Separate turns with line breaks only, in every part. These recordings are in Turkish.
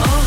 Ah,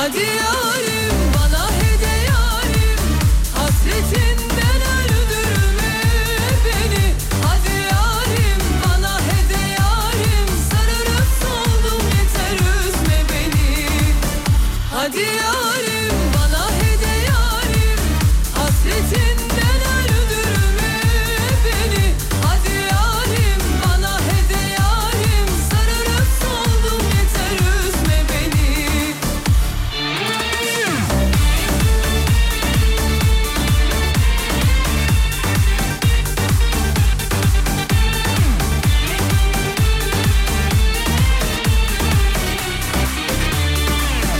Hadi yarim bana hede yarim Hasretinden öldürme beni Hadi yarim bana hede yarim Sararıp soldum yeter üzme beni Hadi yarim bana hede yarim Hasretinden öldürme beni Hadi yarim bana hede yarim Sararıp soldum yeter üzme beni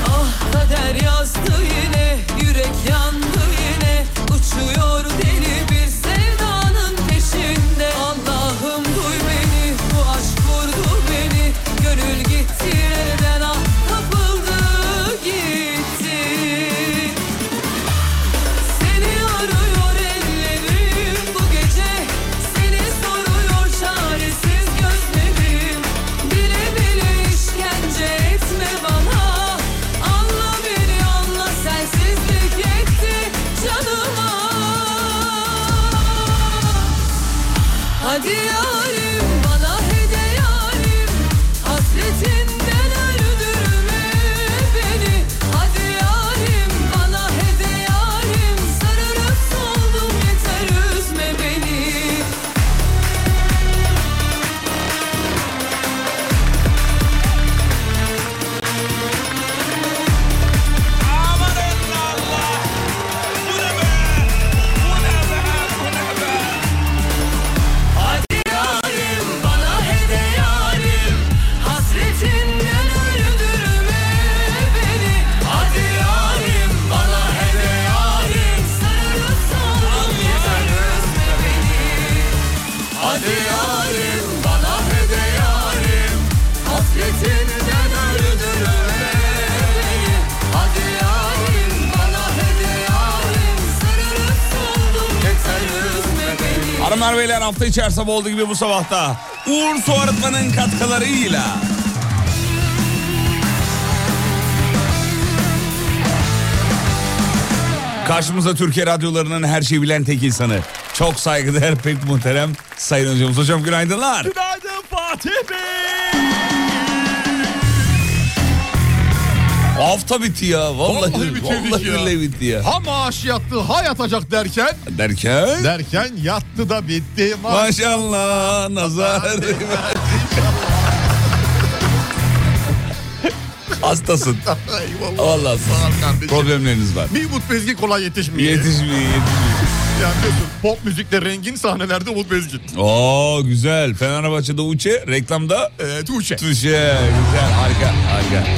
Ah kader yazdı yine Yürek yandı yine Uçuyor deli bir sevdanın peşinde Allah'ım duy beni Bu aşk vurdu beni Gönül gitti elden ah kapıldı gitti Seni arıyor ellerim bu gece Seni soruyor çaresiz gözlerim Bile bile işkence etme bana Anla beni anla sensizlik etti canıma Hadi yarim bana hede yarim Hasretinden öldürme beni Hadi yarim bana hede yarim Sararıp soldum yeter üzme beni Hadi yarim bana hede yarim Hasretinden öldürme beni Hadi yarim bana hede yarim Sarılıp sarılıp yeter üzme beni Hadi yarim bana hede yarim Hasretinden öldürme beni Hadi yarim bana hede yarim Sarılıp sarılıp yeter üzme beni
Hanımlar beyler hafta içerisinde olduğu gibi bu sabahta Uğur Su Arıtma'nın katkılarıyla Karşımızda Türkiye radyolarının her şeyi bilen tek insanı. Çok saygıdeğer, pek muhterem Sayın Hocamız. Hocam günaydınlar.
Günaydın Fatih Bey.
Hafta bitti ya.
Vallahi
Vallahi, vallahi
bitirdik ya.
billahi bitti ya.
Ha maaş yattı ha yatacak derken.
Derken
Derken yattı da bitti. Maaş.
maşallah nazar. Hastasın.
Eyvallah.
Vallahi
Sağ ol kardeşim.
problemleriniz var.
Bir Umut Bezgin kolay yetişmiyor.
Yetişmiyor yetişmiyor.
Yani biliyorsun, pop müzikte rengin sahnelerde Umut Bezgin.
Oo güzel. Fenerbahçe'de Uçe, reklamda
Ee, Tuğçe.
Tuşe. Güzel harika harika.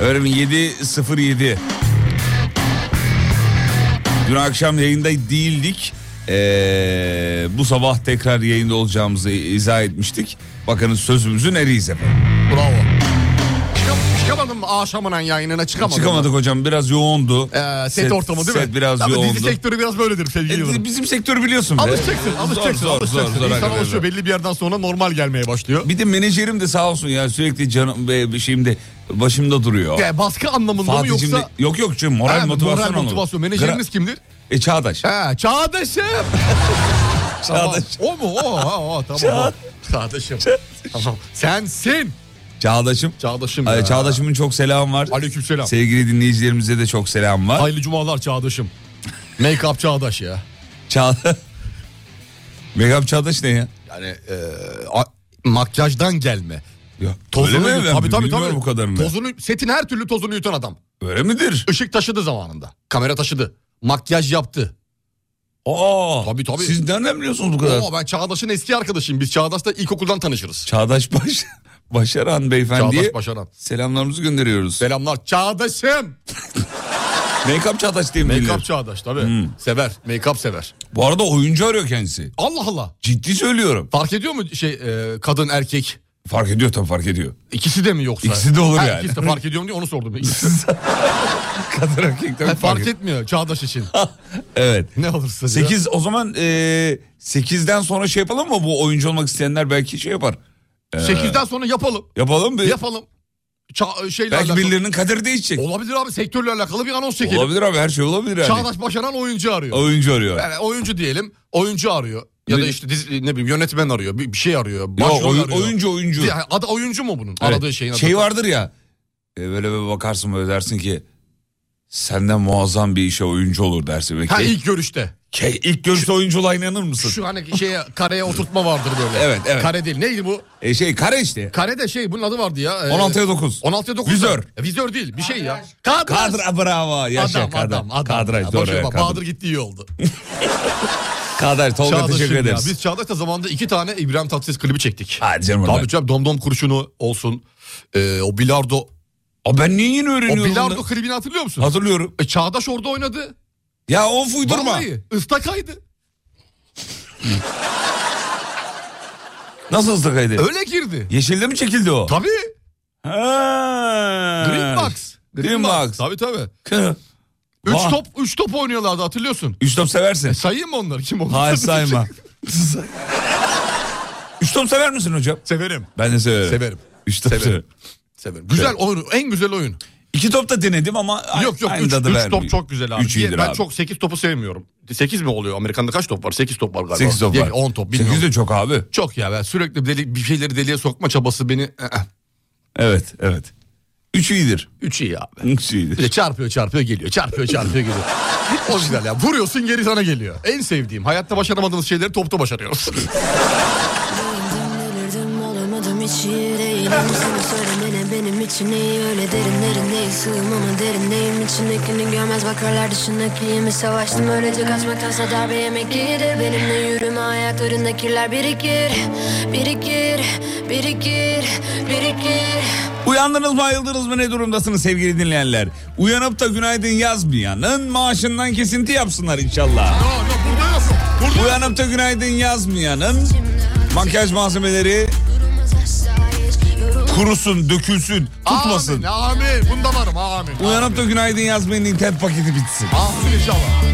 Öğrenim 7.07. Dün akşam yayında değildik. Ee, bu sabah tekrar yayında olacağımızı izah etmiştik. Bakın sözümüzün eriyiz efendim.
Bravo. Çıkam- çıkamadın mı aşamanan yayınına çıkamadın
Çıkamadık hocam biraz yoğundu.
Mı? Ee, set, ortamı değil mi?
Set biraz
Tabii
yoğundu.
Dizi sektörü biraz böyledir sevgili
E,
Yıldırım.
bizim sektör biliyorsun. be.
Alışacaksın, alışacaksın,
Zor, zor,
alışacaksın.
zor, zor
İnsan
hakikaten.
alışıyor belli bir yerden sonra normal gelmeye başlıyor.
Bir de menajerim de sağ olsun ya sürekli canım be be- şeyimde başımda duruyor.
Yani baskı anlamında mı
Fatih'cim de
yoksa...
yok yok canım moral
Ha,
motivasyon
moral
olur.
motivasyon. Menajeriniz
Gra-
kimdir?
E Çağdaş.
He, Çağdaş'ım. Tamam.
Çağdaş.
O mu? O, ha, o tamam.
Çağ-
Çağdaş'ım. Tamam. Sensin.
Çağdaş'ım.
Çağdaş'ım
Ay,
ya.
Çağdaş'ımın çok selam var.
Aleykümselam.
Sevgili dinleyicilerimize de çok selam var.
Hayırlı cumalar Çağdaş'ım. Make-up Çağdaş ya.
Çağ... Megap Çağdaş ne ya?
Yani e, a- makyajdan gelme.
ya
Tozunu
öyle mi?
yut-
Ben
tabii tabii
bilmiyorum
tabii.
bu kadarını.
Tozunu setin her türlü tozunu yutan adam.
Öyle midir?
Işık taşıdı zamanında. Kamera taşıdı. Makyaj yaptı.
Aa,
Tabii, tabii.
Siz nereden biliyorsunuz bu kadar?
Oo, ben Çağdaş'ın eski arkadaşıyım. Biz Çağdaş'la ilkokuldan tanışırız.
Çağdaş Baş... Başaran beyefendiye
Çağdaş Başaran.
selamlarımızı gönderiyoruz.
Selamlar Çağdaş'ım.
Make-up Çağdaş diye mi bilinir?
Make-up Çağdaş tabii.
Hmm.
Sever. Make-up sever.
Bu arada oyuncu arıyor kendisi.
Allah Allah.
Ciddi söylüyorum.
Fark ediyor mu şey e, kadın erkek
Fark ediyor tabii fark ediyor.
ikisi de mi yoksa?
İkisi de olur
Ha,
yani.
İkisi de fark ediyor mu diye onu sordum. İkisi-
Kadın erkek tabii
Ha,
fark,
fark
ediyor.
etmiyor Çağdaş için.
Evet.
Ne olursa.
8 o zaman e, 8'den sonra şey yapalım mı? Bu oyuncu olmak isteyenler belki şey yapar.
8'den sonra yapalım.
Yapalım mı?
Yapalım. ça- şeyle
Belki
alakalı.
birilerinin kaderi değişecek.
Olabilir abi sektörle alakalı bir anons çekelim.
Olabilir abi her şey olabilir yani.
Çağdaş Başaran oyuncu arıyor.
Oyuncu arıyor.
Yani oyuncu diyelim. Oyuncu arıyor. Ya
Ne-
da işte dizi- ne bileyim yönetmen arıyor. Bir, bir şey arıyor.
Yo,
Başrol
oy-
arıyor.
oyuncu oyuncu.
Yani adı oyuncu mu bunun?
Evet.
Aradığı şeyin adı.
Şey vardır ya. e, böyle bir bakarsın böyle dersin ki senden muazzam bir işe oyuncu olur dersin. Belki.
Ha ilk görüşte.
Ke- Şey, ilk görüşte oyunculuğa inanır mısın?
Şu hani şeye kareye oturtma vardır böyle.
Evet, evet.
Kare değil. Neydi bu?
E, şey kare işte.
Kare de şey bunun adı vardı ya.
16'ya 9.
16'ya 9.
Vizör.
Vizör değil bir şey ya. Kadraj.
Kadra bravo. Yaşa
Adam,
kadra.
adam, adam.
Kadraj,
Ya,
doğru.
boşuna
evet,
şey, bak,
kadraj.
Bahadır gitti iyi oldu.
Kadraj, Tolga
Çağdaş'ım
teşekkür
ya.
ederiz.
Biz Çağdaş'ta zamanında iki tane İbrahim Tatlıses klibi çektik.
Hadi canım oradan.
Tabii canım domdom kurşunu olsun. Ee, o bilardo.
Aa, ben niye yeni
O
öğreniyorum?
bilardo
bunu?
klibini hatırlıyor musun?
Hatırlıyorum.
E, Çağdaş orada oynadı.
Ya of uydurma.
Vallahi ıstakaydı.
Nasıl ıstakaydı?
Öyle girdi.
Yeşilde mi çekildi o?
Tabii.
Ha.
Greenbox.
Greenbox.
Tabii tabii.
Kı-
Üç
Vah.
top, üç top oynuyorlardı hatırlıyorsun. E,
Üç top seversin.
Sayayım mı onları kim onlar?
Hayır sayma. Üç top sever misin hocam?
Severim.
Ben de severim.
Severim.
Üç top severim.
Severim. Güzel oyun. En güzel oyun.
İki top da denedim ama a-
yok yok
aynı
3
tadı vermiyor.
top çok güzel abi.
Üç iyidir
ben
abi.
çok 8 topu sevmiyorum. 8 mi oluyor? Amerika'da kaç top var? 8 top var galiba.
Sekiz top var.
10 top bilmiyorum.
Sekiz de çok abi.
Çok ya ben sürekli deli, bir şeyleri deliye sokma çabası beni... e,
Evet evet. Üç iyidir.
3 iyi abi.
Üç
Bir de
iyidir.
çarpıyor çarpıyor geliyor. Çarpıyor çarpıyor geliyor. o güzel ya. Vuruyorsun geri sana geliyor. En sevdiğim. Hayatta başaramadığımız şeyleri topta başarıyoruz.
Delirdim, delirdim, olamadım hiç iyi değilim Sana söylemene benim için iyi öyle derim derin değil Sığım ama derindeyim içindekini görmez bakarlar dışındakiyimi Savaştım öylece kaçmaktansa darbe yemek iyidir Benimle yürüme ayaklarında kirler birikir Birikir, birikir, birikir
Uyandınız mı ayıldınız mı ne durumdasınız sevgili dinleyenler? Uyanıp da günaydın yazmayanın maaşından kesinti yapsınlar inşallah.
Aa, yok, burada yok. Burada yok.
Uyanıp da günaydın yazmayanın makyaj malzemeleri
Durulmaz asla hiç yorulmaz
kurusun, dökülsün, tutmasın.
Amin, amin. Bunda varım amin.
Uyanıp da günaydın yazmayanın internet paketi bitsin.
Amin inşallah.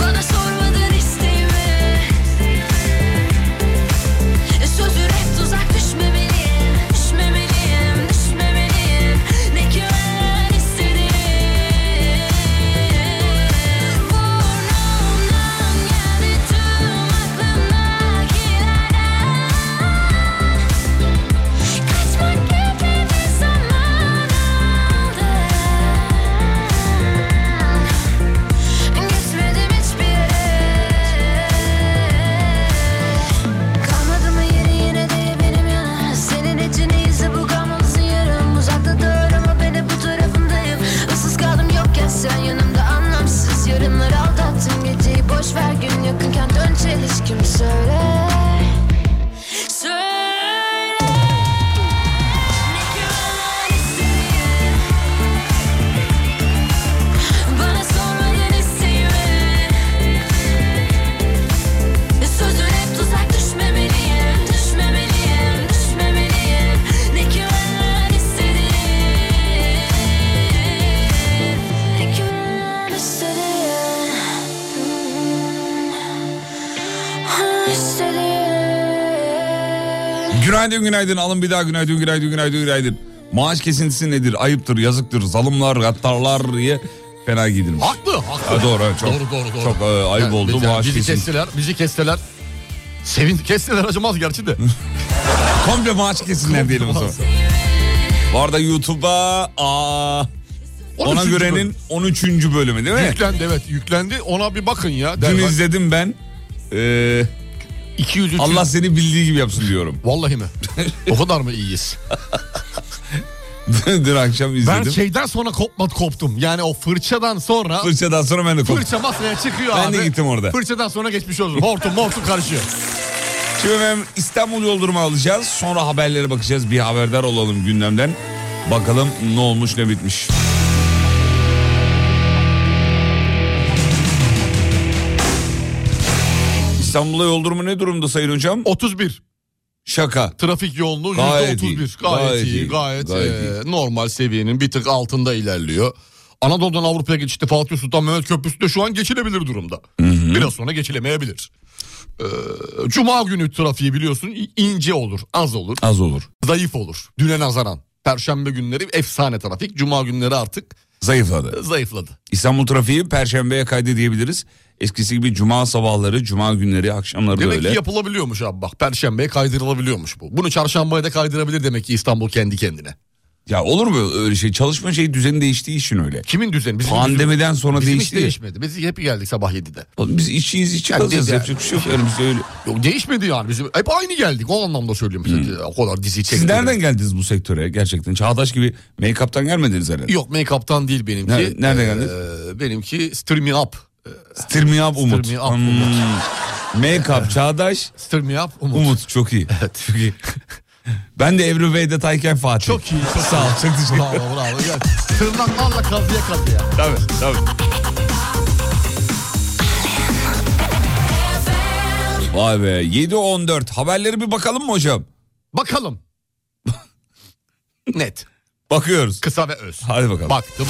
Bana sormadan isteyme E, Sözü hep tuzak düşmemeliyim Düşmemeliyim, düşmemeliyim Ne ki ben istedim Burnumdan geldi tüm aklımdakilerden Kaçmak gibi bir zaman aldım Gitmedim hiçbir yere Kalmadı mı yeri yine de benim yana Senin için iyisi bu kalmalısın yarım Uzakta dur ama ben hep bu tarafındayım Issız kaldım yokken sen yanımda anlamsız Yarınları aldattım geceyi boş ver gün yakınken dön çelişkimi söyle Söyle Ne güven isteyeyim bana sormayan isteyime Sözün hep tuzak düşmemeliyim Düşmemeliyim, düşmemeliyim Ne ki ben istedim Ne ki ben istedim İstedim
Günaydın günaydın alın bir daha günaydın günaydın günaydın günaydın. Maaş kesintisi nedir? Ayıptır, yazıktır, zalımlar, gattarlar diye fena gidilmiş.
Haklı, haklı.
Ha, doğru, evet, çok-
doğru, doğru, doğru.
çok, e, ayıp oldu,
bizi-
maaş
Bizi
kesin.
kestiler, bizi kestiler. Sevin, kestiler acımaz gerçi de.
Komple maaş kesinler diyelim o zaman. Bu arada YouTube'a aa, ona
13.
görenin
bölüm.
13. bölümü değil mi?
Yüklendi evet yüklendi ona bir bakın ya.
Dün
Derhal.
izledim ben. Ee,
200 300.
Allah seni bildiği gibi yapsın diyorum.
Vallahi mi? o kadar mı iyiyiz?
Dün akşam
Ben şey-
izledim.
şeyden sonra kopma koptum. Yani o fırçadan sonra
Fırçadan sonra ben de korktum.
fırça masaya çıkıyor
Ben
abi.
de gittim orada.
Fırçadan sonra geçmiş olsun. Hortum hortum karışıyor.
Şimdi hemen İstanbul yoldurumu alacağız. Sonra haberlere bakacağız. Bir haberdar olalım gündemden. Bakalım ne olmuş ne bitmiş. İstanbul'da yol durumu ne durumda sayın hocam?
31.
Şaka.
Trafik yoğunluğu
Gayet
%31.
iyi,
Gayet,
gayet iyi,
iyi. Gayet,
gayet
e, normal seviyenin bir tık altında ilerliyor. Anadolu'dan Avrupa'ya geçişte Fatih Sultan Mehmet Köprüsü de şu an geçilebilir durumda. Biraz sonra geçilemeyebilir. Ee, Cuma günü trafiği biliyorsun i- ince olur, az olur,
Az olur.
zayıf olur. Düne nazaran. Perşembe günleri efsane trafik. Cuma günleri artık
Zayıfladı.
zayıfladı.
İstanbul trafiği perşembeye kaydı diyebiliriz. Eskisi gibi cuma sabahları, cuma günleri, akşamları da
Demek
öyle.
ki yapılabiliyormuş abi bak. Perşembeye kaydırılabiliyormuş bu. Bunu çarşambaya da kaydırabilir demek ki İstanbul kendi kendine.
ya olur mu öyle şey? Çalışma şey düzeni değiştiği için öyle.
Kimin düzeni? Bizim düzeni-
Pandemiden sonra
Bizim hiç
değişti. ya.
değişmedi. Biz hep geldik sabah 7'de.
Oğlum biz işçiyiz, işçi
Yani
kalacağız.
dedi-
Yapacak bir şey yok. Yani biz öyle.
Yok değişmedi yani. Bizim hep aynı geldik. O anlamda söylüyorum. size. O kadar dizi çekti.
Hmm. Siz nereden geldiniz bu sektöre gerçekten? Çağdaş gibi make-up'tan gelmediniz herhalde.
Yok make-up'tan değil benimki.
Nerede- nereden geldiniz?
Ee, benimki Stir Me Up.
Stir me up Umut.
me up
Hmm. Make-up Çağdaş,
Stir Me Up Umut.
Umut çok iyi. Çok iyi. Ben de Ebru Bey'de Tayken Fatih.
Çok iyi. Çok
Sağ ol. Çok teşekkür
Bravo bravo. Gel. Tırnaklarla kazıya kazıya.
Tabii tabii. Vay be 7.14 haberlere bir bakalım mı hocam?
Bakalım. Net.
Bakıyoruz.
Kısa ve öz.
Hadi bakalım.
Baktım.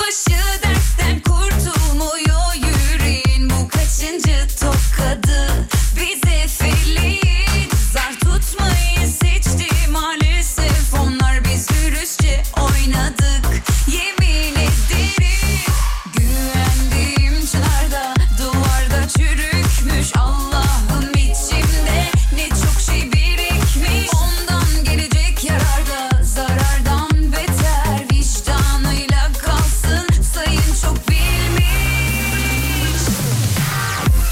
Başı dertten kurtulmuyor yüreğin Bu kaçıncı tokadı bize feleğin Zar tutmayı seçti maalesef Onlar biz dürüstçe oynadık yemin ederim Güvendiğim çınarda duvarda çürükmüş Allah'ım içimde ne çok şey birikmiş Ondan gelecek yararda zarardan beter Vicdanıyla kalsın sayın çok bilmiş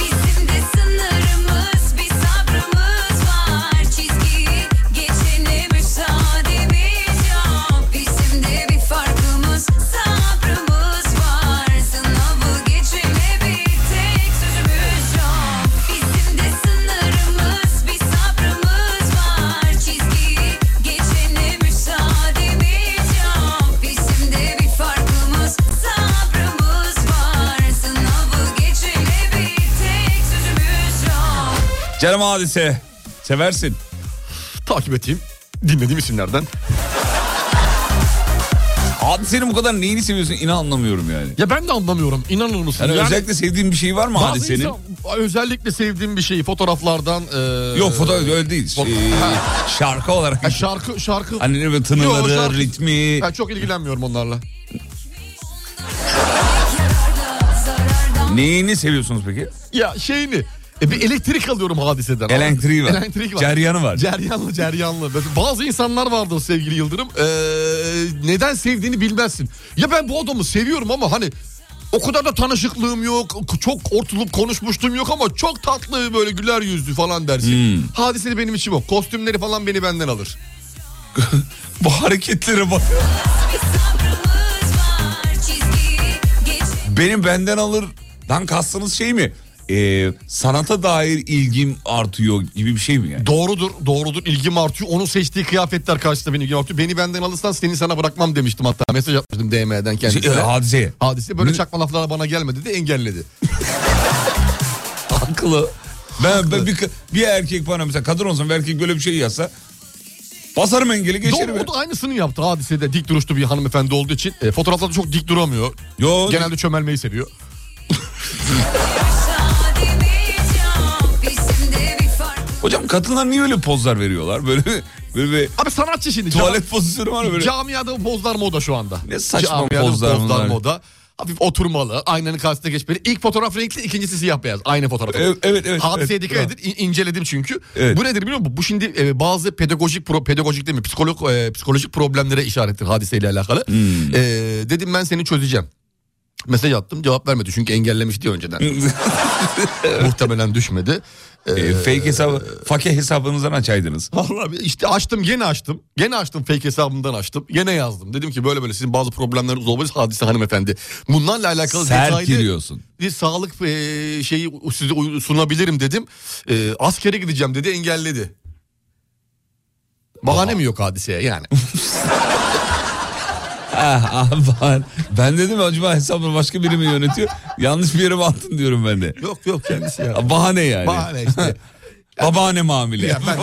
Bizim de sınırımız bir sabrımız var Çizgiyi geçene müsaademiz yok Bizim de bir farkımız sabrımız var Sınavı geçene bir tek sözümüz yok Bizim de sınırımız bir sabrımız var Çizgiyi geçene müsaademiz yok Bizim de bir farkımız sabrımız var Sınavı geçene bir tek sözümüz yok
Canım hadise. Seversin.
Takip ettiğim dinlediğim isimlerden.
Hadisenin bu kadar neyini seviyorsun inan anlamıyorum yani.
Ya ben de anlamıyorum. İnanır mısın?
Yani, özellikle sevdiğin bir şey var mı
bazı
hadisenin?
insan- özellikle sevdiğim bir şeyi fotoğraflardan. e,
Yok fotoğraf öyle değil.
Bak-
Ee,
Ha.
şarkı olarak.
Ya şarkı şarkı.
Annenin ve
Yok,
tınıları,
şarkı-
ritmi.
Ben çok ilgilenmiyorum onlarla.
Yararda zarardan
Neyini seviyorsunuz peki?
Ya şeyini. e, bir elektrik alıyorum hadiseden.
Elektriği var.
Elektrik var.
Ceryanı var.
Ceryanlı ceryanlı. Mesela Bazı insanlar vardır sevgili Yıldırım. Ee, neden sevdiğini bilmezsin. Ya ben bu adamı seviyorum ama hani o kadar da tanışıklığım yok. Çok ortulup konuşmuştum yok ama çok tatlı böyle güler yüzlü falan dersin.
Hmm.
Hadiseli benim içim o. Kostümleri falan beni benden alır.
Bu hareketlere bak.
bir sabrımız var Çizgiyi geçene
Benim benden alırdan kastınız şey mi? Ee, sanata dair ilgim artıyor gibi bir şey mi yani?
Doğrudur, doğrudur. İlgim artıyor. Onun seçtiği kıyafetler karşısında benim ilgim artıyor. Beni benden alırsan seni sana bırakmam demiştim hatta. Mesaj atmıştım DM'den
Şey,
kendisine.
e, hadiseye.
Hadise böyle
Ne?
çakma laflarla bana gelmedi de engelledi.
Haklı. Ben, ben bir, ka- bir erkek bana mesela kadın olsam bir erkek böyle bir şey yazsa basarım engeli geçerim.
Doğru, o da aynısını yaptı hadisede dik duruşlu bir hanımefendi olduğu için. E, fotoğraflarda çok dik duramıyor.
Yo,
Genelde çömelmeyi seviyor.
müsaademiz yok Bizim de bir farkımız
Hocam kadınlar niye öyle pozlar veriyorlar? Böyle böyle bir
Abi sanatçı şimdi.
tuvalet pozisyonu var ya
Cami-
böyle.
Camiada bu pozlar moda şu anda.
Ne saçma
Camiada bu
pozlar bunlar.
moda. Hafif oturmalı, aynanın karşısına geçmeli. İlk fotoğraf renkli, ikincisi siyah beyaz. Aynı fotoğraf.
Evet, evet, evet,
Hadiseye
evet,
dikkat
bravo.
edin. İn- inceledim çünkü.
Evet.
Bu nedir biliyor musun? Bu şimdi e, bazı pedagojik pro- pedagojik değil mi?
Hmm.
Psikolog e, psikolojik problemlere işarettir hadiseyle alakalı. E, dedim ben seni çözeceğim. Mesaj attım cevap vermedi çünkü engellemişti ya önceden. Muhtemelen düşmedi. Ee,
E, fake hesabı, fake hesabınızdan açaydınız.
Vallahi işte açtım gene açtım. Gene açtım fake hesabımdan açtım. Gene yazdım. Dedim ki böyle böyle sizin bazı problemleriniz olabilir hadise hanımefendi. Bunlarla alakalı
Sert
detaylı
giriyorsun.
bir sağlık e, şeyi size uy- sunabilirim dedim. E, askere gideceğim dedi engelledi. Bahane mi yok hadiseye yani?
Ah, ah, ben, ben dedim acaba hesabını başka biri mi yönetiyor? Yanlış bir yere mi attın diyorum ben de.
yok yok kendisi ya.
Ah, Bahane yani.
Bahane işte.
Babaanne mamile.
Ya ben de-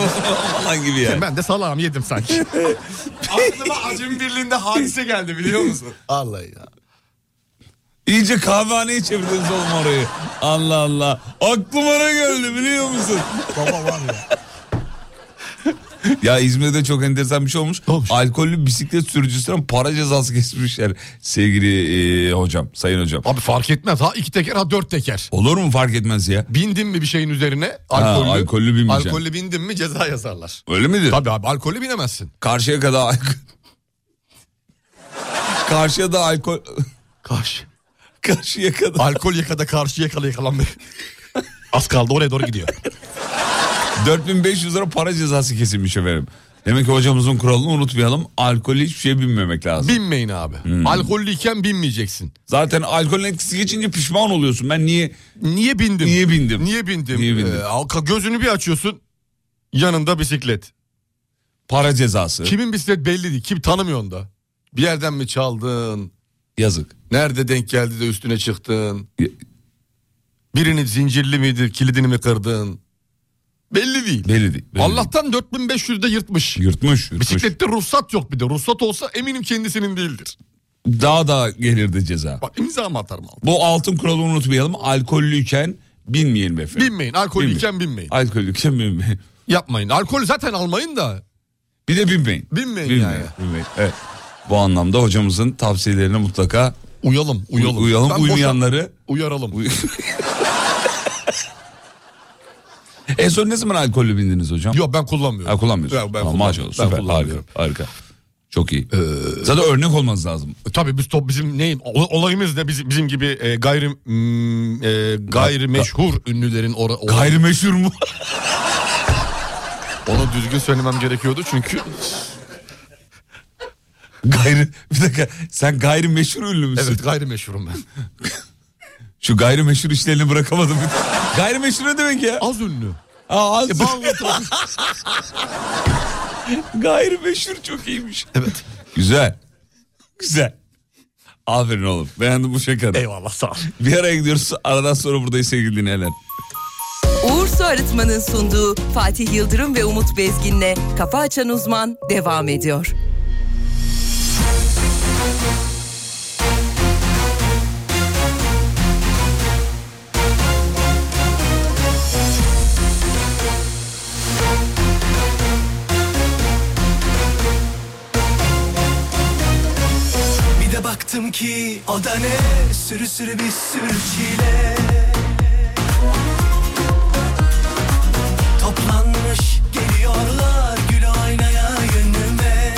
Falan gibi yani.
ben de salam yedim sanki.
Aklıma acım birliğinde hadise geldi biliyor musun?
Allah ya.
İyice kahvehaneye çevirdiniz oğlum orayı. Allah Allah. Aklıma ne geldi biliyor musun?
Baba var ya.
Ya İzmir'de çok enteresan bir şey olmuş.
olmuş?
Alkollü bisiklet sürücüsüne para cezası kesmişler sevgili e, hocam, sayın hocam.
Abi fark etmez ha iki teker ha dört teker.
Olur mu fark etmez ya?
Bindin mi bir şeyin üzerine
Ha,
alkollü,
alkollü binmeyeceksin.
alkollü bindin mi ceza yazarlar.
Öyle midir?
Tabii abi alkollü binemezsin.
Karşıya kadar alkol... Karşıya da alkol...
Karşı.
Karşıya kadar...
Alkol yakada karşı yakala yakalanma. Az kaldı oraya doğru gidiyor.
4500 lira para cezası kesilmiş efendim. Demek ki hocamızın kuralını unutmayalım. Alkolü hiçbir şeye binmemek lazım. Hmm.
Binmeyin abi. Alkollüyken binmeyeceksin.
Zaten alkolün etkisi geçince pişman oluyorsun. Ben niye...
Niye bindim?
Niye bindim?
Niye bindim?
Niye bindim?
Ee, halka- gözünü bir açıyorsun. Yanında bisiklet.
Para cezası.
Kimin bisiklet belli değil. Kim tanımıyorsun da. Bir yerden mi çaldın?
Yazık.
Nerede denk geldi de üstüne çıktın? Birinin zincirli miydi? Kilidini mi kırdın? Belli değil.
Belli değil. belli
Allah'tan 4500'de yırtmış.
değil. Yırtmış, yırtmış.
Bisiklette ruhsat yok bir de. Ruhsat olsa eminim kendisinin değildir.
Daha da gelirdi ceza.
Bak imza mı atarım abi?
Bu altın kuralı unutmayalım. Alkollüyken binmeyelim efendim.
Binmeyin. Alkollüyken binmeyin.
Alkollüyken binmeyin.
Yapmayın. Alkol zaten almayın da.
Bir de binmeyin.
Binmeyin yani.
binmeyin. Evet. Bu anlamda hocamızın tavsiyelerine mutlaka
Uyalım. Uyalım.
uyalım. uyalım.
Ben boşa-
Uymayanları
Uyaralım.
En son ne zaman alkollü bindiniz hocam?
Yok ben kullanmıyorum.
Ha, kullanmıyorsun.
Yok, ben
Tamam,
kullanmıyorum.
maşallah,
Ben
süper,
kullanmıyorum. Ee,
harika, harika. Çok iyi. Zaten örnek olmanız lazım.
E, Tabii biz top bizim neyim ol- olayımız da bizim, bizim gibi e, gayri mm, e, gayri meşhur ünlülerin ora, ora-
Gayrimeşhur mu?
onu düzgün söylemem gerekiyordu çünkü
Gayri bir dakika sen gayrimeşhur ünlü müsün?
evet gayri meşhurum ben.
Şu gayrimeşhur işlerini bırakamadım. gayrimeşhur ne demek ya?
Az ünlü.
Aa, az-
E, bağlı trafik-
Gayrimeşhur çok iyiymiş.
evet.
Güzel. Güzel. Aferin oğlum. Beğendim bu şakanı.
Eyvallah sağ ol.
Bir araya gidiyoruz. Aradan sonra buradayız sevgili dinleyenler.
Uğur Su Arıtma'nın sunduğu Fatih Yıldırım ve Umut Bezgin'le Kafa Açan Uzman devam ediyor.
Bir de baktım ki o da ne Sürü sürü bir sürü çile Toplanmış geliyorlar Gül oynaya yönüme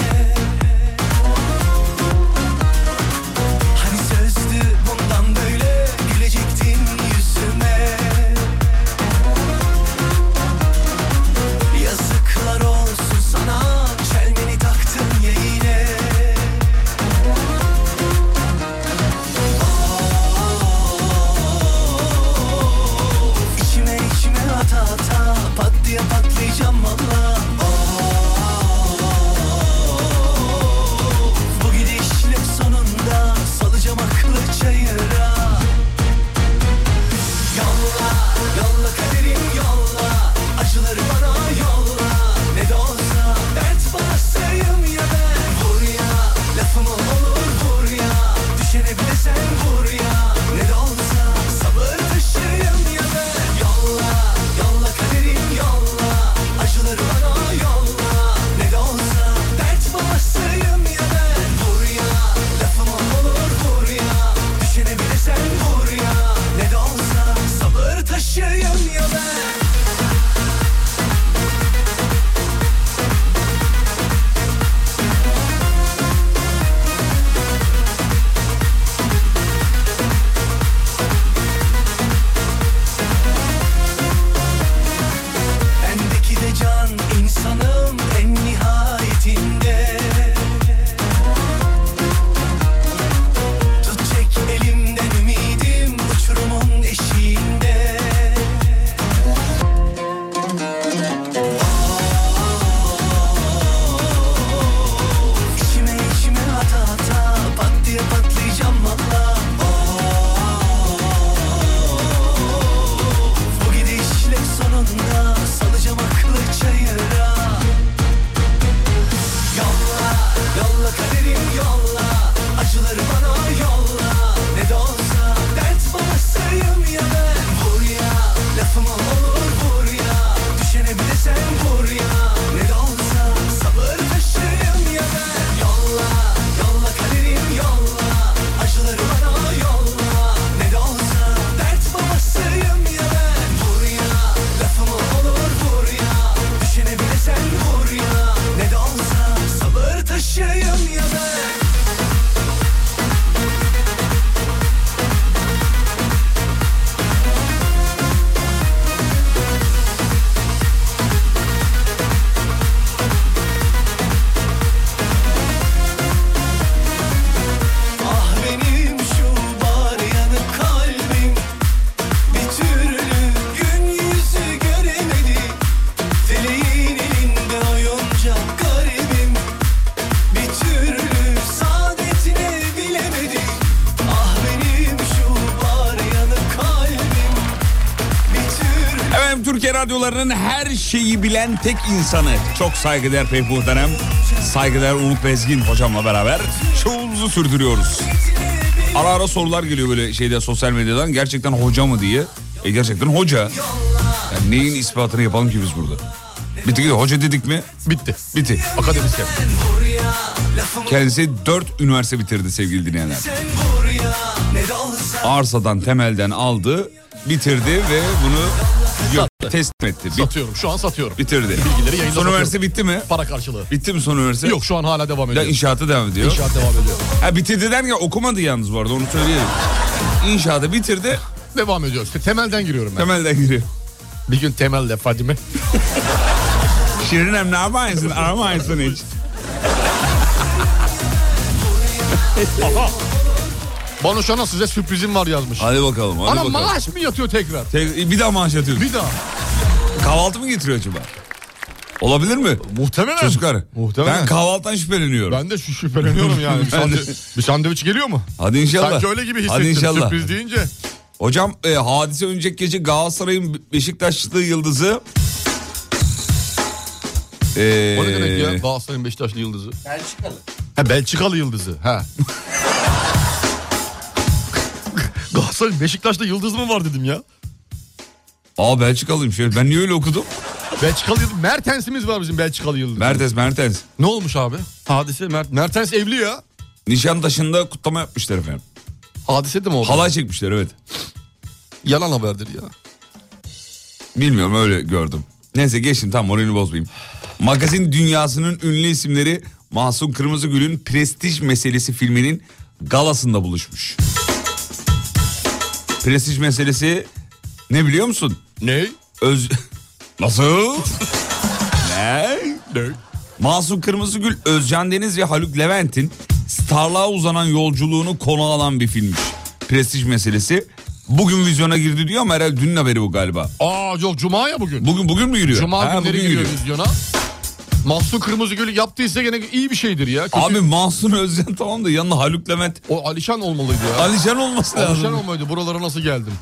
Hani sözdü bundan böyle Gülecektin yüzüme Yazıklar olsun sana Çelmeni taktın ya yine
Ah
Efendim Türkiye radyolarının her şeyi bilen tek insanı. Çok saygıdeğer Peyk Muhterem, saygıdeğer Umut Bezgin hocamla beraber şovumuzu sürdürüyoruz. Ara ara sorular geliyor böyle şeyde sosyal medyadan gerçekten hoca mı diye. E gerçekten hoca. Yani neyin ispatını yapalım ki biz burada? Bitti gidiyor. Hoca dedik mi?
Bitti.
Bitti.
Akademisyen.
Kendisi 4 üniversite bitirdi sevgili dinleyenler.
Sen buraya ne de alırsan
Arsadan temelden aldı, bitirdi ve bunu yok, teslim etti. Bit-
Satıyorum. Şu an satıyorum.
bitirdi.
Bilgileri yayında
Son
satıyorum.
üniversite bitti mi?
Para karşılığı.
Bitti mi son üniversite?
Yok şu an hala devam
Ya
ediyor.
inşaatı devam ediyor.
İnşaat devam ediyor.
Ha bitirdi derken okumadı yalnız bu arada onu söyleyelim. İnşaatı bitirdi,
Devam ediyor. İşte temelden giriyorum ben.
temelden giriyor.
Bir gün temelle Fadime.
Şirinem ne yaparsın? Aramaysın hiç.
Banu Şan'a size sürprizim var yazmış.
Hadi bakalım, hadi
Ana
bakalım.
maaş mı yatıyor tekrar?
Tek- bir daha maaş atıyorum.
Bir daha.
Kahvaltı mı getiriyor acaba? Olabilir mi?
Muhtemelen.
Çocuklar.
Muhtemelen.
Ben
Ben,
kahvaltıdan şüpheleniyorum.
de şu şüpheleniyorum yani. Bir,
Ben de-
sandviç, bir sandviç geliyor mu?
Hadi inşallah.
Sanki öyle gibi
Hadi
hissettim
inşallah.
sürpriz deyince.
Hocam e, hadise önceki gece Galatasaray'ın Beşiktaşlı yıldızı. E,
O ne demek ya? Galatasaray'ın Beşiktaşlı yıldızı.
Belçikalı.
Ha Belçikalı yıldızı. Ha. Galatasaray'ın Beşiktaş'ta yıldız mı var dedim ya.
Aa Belçikalıyım şöyle. Ben niye öyle okudum?
Belçikalı yıldız. Mertens'imiz var bizim Belçikalı yıldız.
Mertens Mertens.
ne olmuş abi? Hadise Mert Mertens evli ya.
Nişantaşı'nda kutlama yapmışlar efendim.
Hadise de mi oldu?
Halay çekmişler evet.
Yalan haberdir ya.
Bilmiyorum öyle gördüm. Neyse geçtim tam moralini bozmayayım. Magazin dünyasının ünlü isimleri Masum Kırmızıgül'ün Prestij Meselesi filminin galasında buluşmuş. Prestij meselesi ne biliyor musun?
Ne?
Öz... Nasıl? ne? Masum Kırmızıgül, Özcan Deniz ve Haluk Levent'in starlığa uzanan yolculuğunu konu alan bir filmmiş. Prestij meselesi. Bugün vizyona girdi diyor ama herhalde dünün haberi bu galiba.
Aa yok Cuma ya bugün.
Bugün bugün mü giriyor?
Cuma
Ha,
günleri
bugün
giriyor vizyona. Mahsun Kırmızıgül yaptıysa gene iyi bir şeydir ya. Kötü-
Abi Mahsun Özcan tamam da yanına Haluk Levent.
O Alişan olmalıydı ya.
Alişan olması lazım.
Alişan olmalıydı. Buralara nasıl geldim?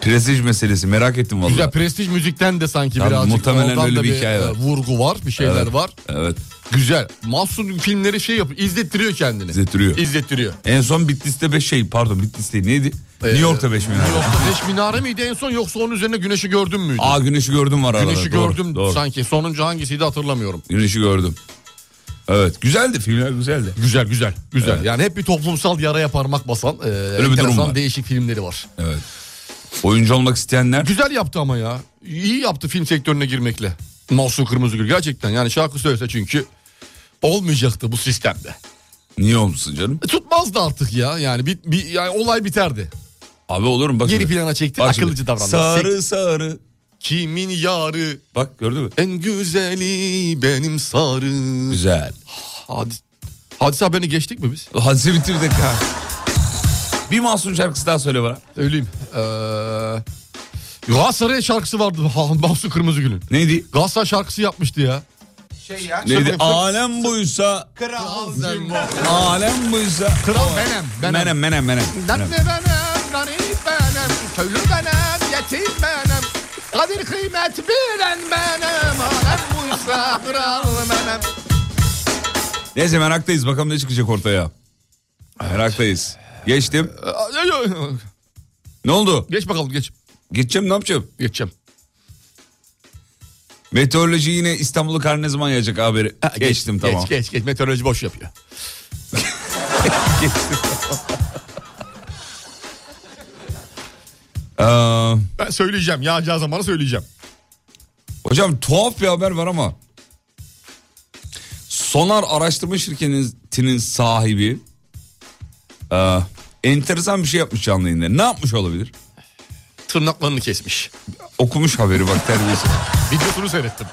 Prestij meselesi merak ettim valla.
Güzel prestij müzikten de sanki
Ya
birazcık.
muhtemelen
oradan
öyle
da
bir hikaye
e,
var.
Vurgu var, bir şeyler
Evet.
var.
Evet.
Güzel. Mahsun filmleri şey yapıyor, izlettiriyor kendini.
İzlettiriyor.
İzlettiriyor.
En son Bitlis'te 5 şey pardon Bitlis değil neydi? New York'ta 5 milyon.
Ee, New York'ta beş minare miydi en son yoksa onun üzerine güneşi gördün müydü?
Aa güneşi gördüm var arada.
güneşi
Doğru,
gördüm
doğru.
sanki. Sonuncu hangisiydi hatırlamıyorum.
Güneşi gördüm. Evet güzeldi filmler güzeldi.
Güzel güzel güzel.
Evet.
Yani hep bir toplumsal yaraya parmak basan e,
bir
enteresan
durum var.
değişik filmleri var.
Evet. Oyuncu olmak isteyenler
Güzel yaptı ama ya. İyi yaptı film sektörüne girmekle. Mahsun Kırmızıgül gerçekten yani şarkı söylese çünkü olmayacaktı bu sistemde.
niye olmuşsun canım?
E, Tutmazdı artık ya yani bir, bir yani olay biterdi.
Abi olur mu bak.
Geri
şimdi.
plana çekti
Bak şimdi.
akıllıcı davrandı. Sek-
Sarı sarı.
Kimin yarı
Bak gördün mü?
en güzeli benim sarı.
Güzel.
Hadis, hadise haberini geçtik mi biz?
Hadise bitirdik ha. Bir Mahsun şarkısı daha söyle bana.
Öyleyim. Ee, Galatasaray şarkısı vardı Ha- Mahsun Kırmızıgül'ün.
Neydi?
Galatasaray şarkısı yapmıştı ya.
Şey ya.
Neydi?
Şaka-
Alem buysa,
Kral.
alem buysa.
Kral benim. Benim.
Menem, menem, menem.
Dertli
menem.
benim, garip benim, köylü benim, yetim benim. Kadir kıymet bilen benim, alem buysa kral benim.
Neyse meraktayız. Bakalım ne çıkacak ortaya. Meraktayız. Geçtim.
Ay, ay, ay.
Ne oldu?
Geç bakalım geç.
Geçeceğim ne yapacağım?
Geçeceğim.
Meteoroloji yine İstanbul'u kar ne zaman yağacak haberi. Geçtim
geç,
tamam.
Geç geç geç meteoroloji boş yapıyor.
Ee,
Ben söyleyeceğim yağacağı zamanı söyleyeceğim.
hocam tuhaf bir haber var ama. Sonar araştırma şirketinin sahibi ee, enteresan bir şey yapmış canlı yayında. Ne yapmış olabilir?
Tırnaklarını kesmiş.
Okumuş haberi bak terbiyesiz.
Videosunu seyrettim.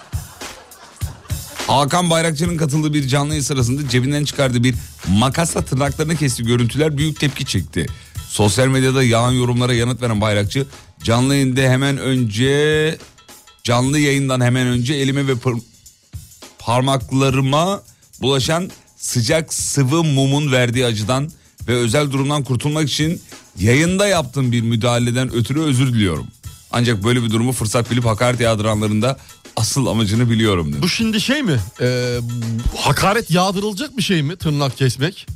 Hakan Bayrakçı'nın katıldığı bir canlı yayın sırasında cebinden çıkardığı bir makasla tırnaklarını kestiği görüntüler büyük tepki çekti. Sosyal medyada yağan yorumlara yanıt veren Bayrakçı canlı yayında hemen önce canlı yayından hemen önce elime ve par- parmaklarıma bulaşan sıcak sıvı mumun verdiği acıdan ve özel durumdan kurtulmak için yayında yaptığım bir müdahaleden ötürü özür diliyorum. Ancak böyle bir durumu fırsat bilip hakaret yağdıranlarında asıl amacını biliyorum demiş.
Bu şimdi şey mi? Ee, hakaret yağdırılacak bir şey mi tırnak kesmek?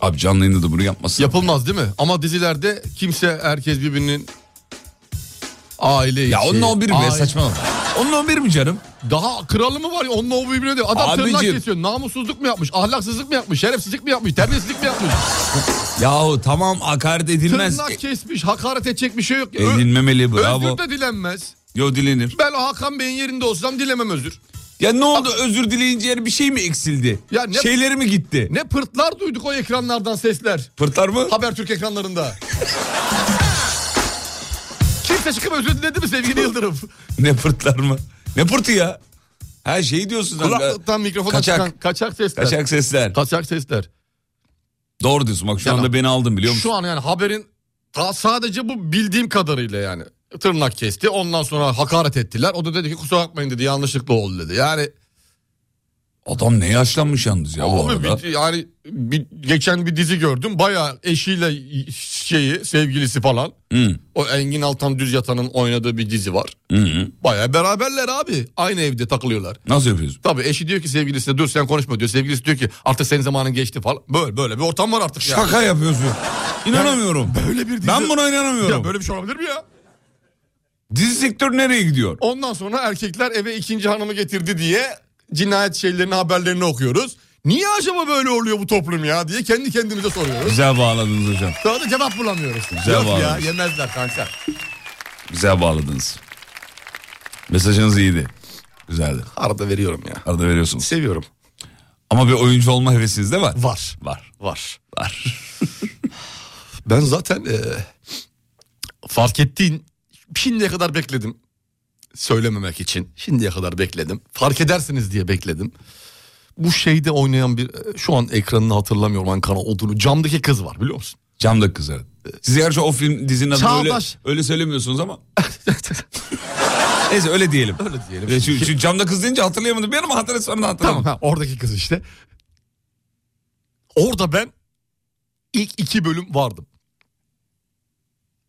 Abi canlı yayında da bunu yapmasın.
Yapılmaz değil mi? Ama dizilerde kimse herkes birbirinin aile
ya onun o bir be
aile-
saçmalama. Onun o bir mi canım?
Daha kralı mı var ya onun o birbirine diyor. Adam tırnak
Abicim.
kesiyor. Namussuzluk mu yapmış? Ahlaksızlık mı yapmış? Şerefsizlik mi yapmış? Terbiyesizlik mi yapmış?
Yahu tamam hakaret edilmez.
Tırnak kesmiş. Hakaret edecek bir şey yok. Ö-
Edilmemeli bravo.
Özür de dilenmez.
Yo dilenir.
Ben Hakan Bey'in yerinde olsam dilemem özür.
Ya ne oldu özür dileyince yani bir şey mi eksildi?
Ya ne-
Şeyleri mi gitti?
Ne pırtlar duyduk o ekranlardan sesler.
Pırtlar mı?
Habertürk ekranlarında. Kimse çıkıp özür diledi mi sevgili Yıldırım?
Ne pırtlar mı? Ne pırtı ya? Her şeyi diyorsun. sen.
Kulaklıktan mikrofondan
Kaçak.
çıkan kaçak sesler.
Kaçak sesler.
Kaçak sesler.
Doğru diyorsun bak şu
Yani-
anda beni aldın biliyor musun?
Şu an yani haberin daha sadece bu bildiğim kadarıyla yani tırnak kesti. Ondan sonra hakaret ettiler. O da dedi ki kusura bakmayın dedi yanlışlıkla oldu dedi. Yani
Adam ne yaşlanmış yalnız ya bu
Abi
arada.
bir- yani bir- geçen bir dizi gördüm. Bayağı eşiyle şeyi sevgilisi falan.
Hı.
O Engin Altan Düz Yatan'ın oynadığı bir dizi var.
Hı hı.
Bayağı beraberler abi. Aynı evde takılıyorlar.
Nasıl yapıyorsun?
Tabii eşi diyor ki sevgilisine dur sen konuşma diyor. Sevgilisi diyor ki artık senin zamanın geçti falan. Böyle böyle bir ortam var artık ya.
Şaka yapıyorsun. İnanamıyorum.
Böyle bir dizi.
ben buna inanamıyorum.
Ya böyle bir şey olabilir mi ya?
Dizi sektörü nereye gidiyor?
Ondan sonra erkekler eve ikinci hanımı getirdi diye cinayet şeylerini haberlerini okuyoruz. Niye acaba böyle oluyor bu toplum ya diye kendi kendimize soruyoruz.
Güzel bağladınız hocam.
Sonra da cevap bulamıyoruz.
Güzel
Yok ya
bağladın.
yemezler kanka.
Güzel bağladınız. Mesajınız iyiydi. Güzeldi.
Arada veriyorum ya.
Arada veriyorsunuz.
Seviyorum.
Ama bir oyuncu olma hevesiniz de var.
Var.
Var.
Var.
Var.
Ben zaten e, fark ettiğin şimdiye kadar bekledim. Söylememek için şimdiye kadar bekledim. Fark edersiniz diye bekledim. Bu şeyde oynayan bir e, şu an ekranını hatırlamıyorum hangi kanal olduğunu. Camdaki kız var biliyor musun? E,
Camda kızar. Siz gerçi o film dizinin adını öyle,
Çağdaş.
öyle söylemiyorsunuz ama. Neyse öyle diyelim.
Öyle diyelim.
Ya Şu, şu camda kız deyince hatırlayamadım. Bir ama hatırlat sonra da hatırladım.
Tamam ha, oradaki kız işte. Orada ben ilk iki bölüm vardım.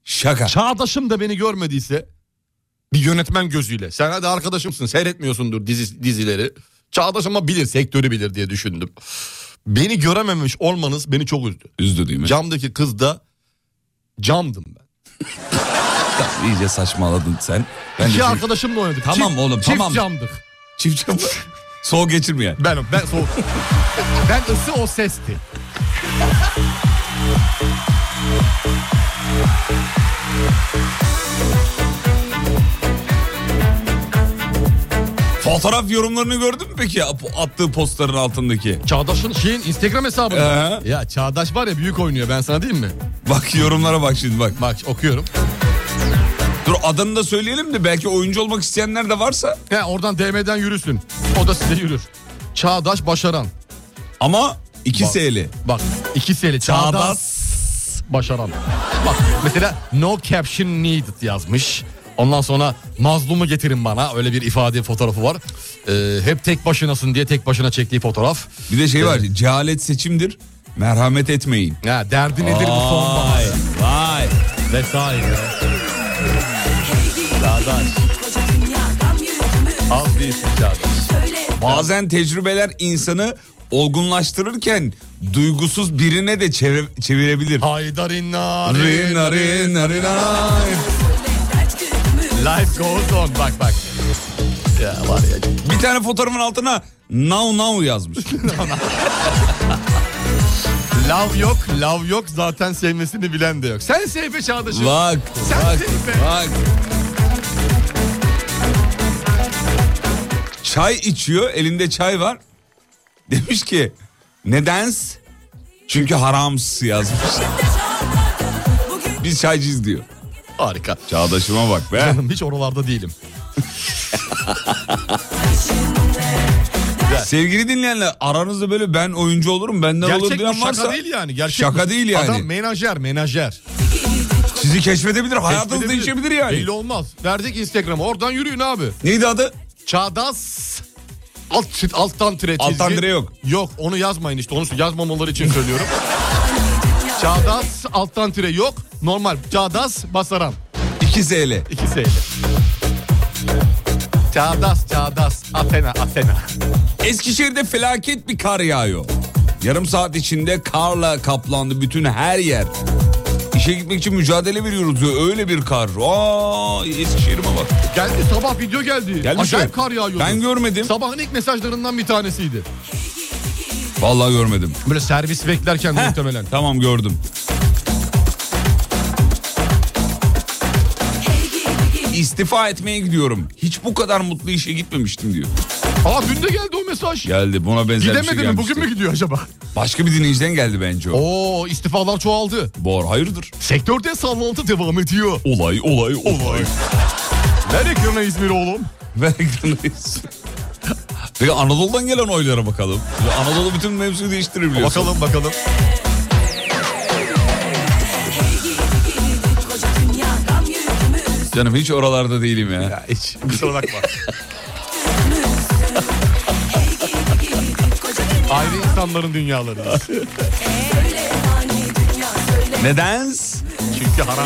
Şaka.
Çağdaşım da beni görmediyse bir yönetmen gözüyle. Sen hadi arkadaşımsın seyretmiyorsundur dizi, dizileri. Çağdaş ama bilir sektörü bilir diye düşündüm. Beni görememiş olmanız beni çok üzdü.
Üzdü değil mi?
Camdaki kız da camdım ben.
İyice saçmaladın sen. Ben de
İki
çünkü-
arkadaşımla oynadık.
Tamam
Çift-
oğlum,
çift
tamam.
camdık.
Çift camda. Soğuk geçirmeyen.
Ben, ben soğuk. ben ısı o sesti.
Fotoğraf yorumlarını gördün mü peki ya, bu attığı postların altındaki?
Çağdaş'ın şeyin Instagram hesabı.
Ee?
Ya Çağdaş var ya büyük oynuyor ben sana diyeyim mi?
Bak yorumlara bak şimdi bak.
Bak okuyorum.
Dur adını da söyleyelim de belki oyuncu olmak isteyenler de varsa.
He oradan DM'den yürüsün. O da size yürür. Çağdaş Başaran.
Ama iki
Bak.
S'li.
Bak iki seli Çağdaş, Başaran. Bak mesela no caption needed yazmış. Ondan sonra mazlumu getirin bana öyle bir ifade fotoğrafı var. Ee, hep tek başınasın diye tek başına çektiği fotoğraf. Ee,
Bir de şey var. Cehalet seçimdir. Merhamet etmeyin.
Ha, derdi nedir bu sonbahar
vay.
vesaire. Çağdaş. Az değilsin Çağdaş.
Bazen tecrübeler insanı olgunlaştırırken duygusuz birine de çevir- çevirebilir.
Haydar inna.
Rin, rin, rin, rin.
Life goes on bak bak. Ya var ya.
Bir tane fotoğrafın altına now now yazmış.
Love yok, love yok. Zaten sevmesini bilen de yok. Sen Seyfe Çağdaş'ım.
Bak,
Sen
bak,
Seyfe.
bak. Çay içiyor, elinde çay var. Demiş ki, nedens? Çünkü harams yazmış. Biz çaycıyız diyor.
Harika.
Çağdaşıma bak be.
Canım hiç oralarda değilim.
Sevgili dinleyenler aranızda böyle ben oyuncu olurum benden olur
Gerçek bu
diyen
şaka
varsa
değil yani. Gerçek
şaka
bu.
değil yani.
Adam menajer menajer.
sizi keşfedebilir hayatınız
Keşfedebilir.
değişebilir yani.
Belli olmaz. Verdik Instagram'a oradan yürüyün abi.
Neydi adı?
Çağdaş alt, alttan tire çizgi.
Alttan tire yok.
Yok onu yazmayın işte onu yazmamaları için söylüyorum. Çağdaş alttan tire yok. Normal Çağdaş Basaran.
İki 2 ZL.
İkisi öyle. Çağdaş, Çağdaş, Athena, Athena.
Eskişehir'de felaket bir kar yağıyor. Yarım saat içinde karla kaplandı bütün her yer. İşe gitmek için mücadele veriyoruz diyor. Öyle bir kar. Aa, Eskişehir'ime bak.
Geldi sabah video geldi.
Gelmiş
Acayip
mi?
kar yağıyordu.
Ben görmedim.
Sabahın ilk mesajlarından bir tanesiydi.
Vallahi görmedim.
Böyle servis beklerken
Heh,
muhtemelen.
Tamam gördüm. İstifa etmeye gidiyorum. Hiç bu kadar mutlu işe gitmemiştim diyor.
Aa dün de geldi o mesaj.
Geldi buna benzer bir
Gidemedi
şey
mi?
gelmişti.
Bugün mü gidiyor acaba?
Başka bir dinleyiciden geldi bence o.
Oo istifalar çoğaldı.
Bor hayırdır?
Sektörde sallantı devam ediyor.
Olay olay olay.
Ver ekrana İzmir oğlum.
Ver ekranayız. Peki Anadolu'dan gelen oylara bakalım. Şimdi Anadolu bütün mevzuyu değiştirir biliyorsun.
Bakalım bakalım.
Canım hiç oralarda değilim ya.
Hiç. Kusura bakma. Ayrı insanların dünyaları.
Neden?
Çünkü haram.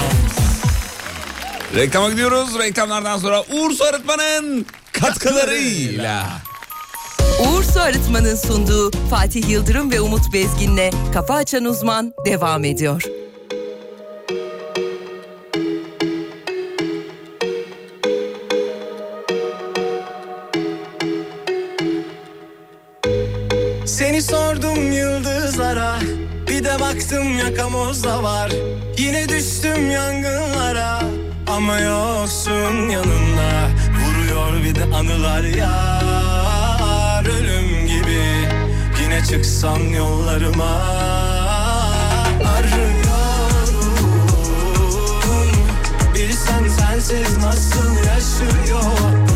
Reklama gidiyoruz. Reklamlardan sonra Uğur Su Arıtma'nın katkılarıyla.
Uğur Su Arıtma'nın sunduğu Fatih Yıldırım ve Umut Bezgin'le Kafa Açan Uzman devam ediyor.
Seni sordum yıldızlara Bir de baktım yakamozda var Yine düştüm yangınlara Ama yoksun yanımda Vuruyor bir de anılar ya Ölüm gibi Yine çıksan yollarıma Arıyorum Bilsen sensiz nasıl yaşıyorum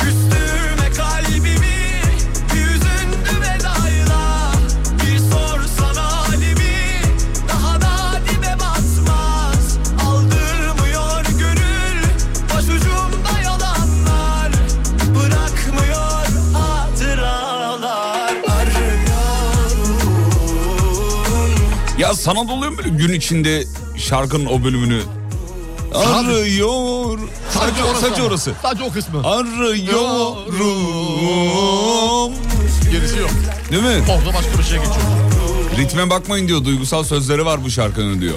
Küstüğüme kalbimi Yüzündü vedayla Bir sorsana halimi Daha da dibe basmaz Aldırmıyor gönül Başucumda yalanlar Bırakmıyor hatıralar Arıyorum
Ya sana da oluyor mu böyle gün içinde şarkının o bölümünü? Arıyor. Sadece orası. Sadece orası.
Sadece o kısmı.
Arıyorum.
Gerisi yok.
Değil mi?
Orada başka bir şeye geçiyor.
Ritme bakmayın diyor. Duygusal sözleri var bu şarkının diyor.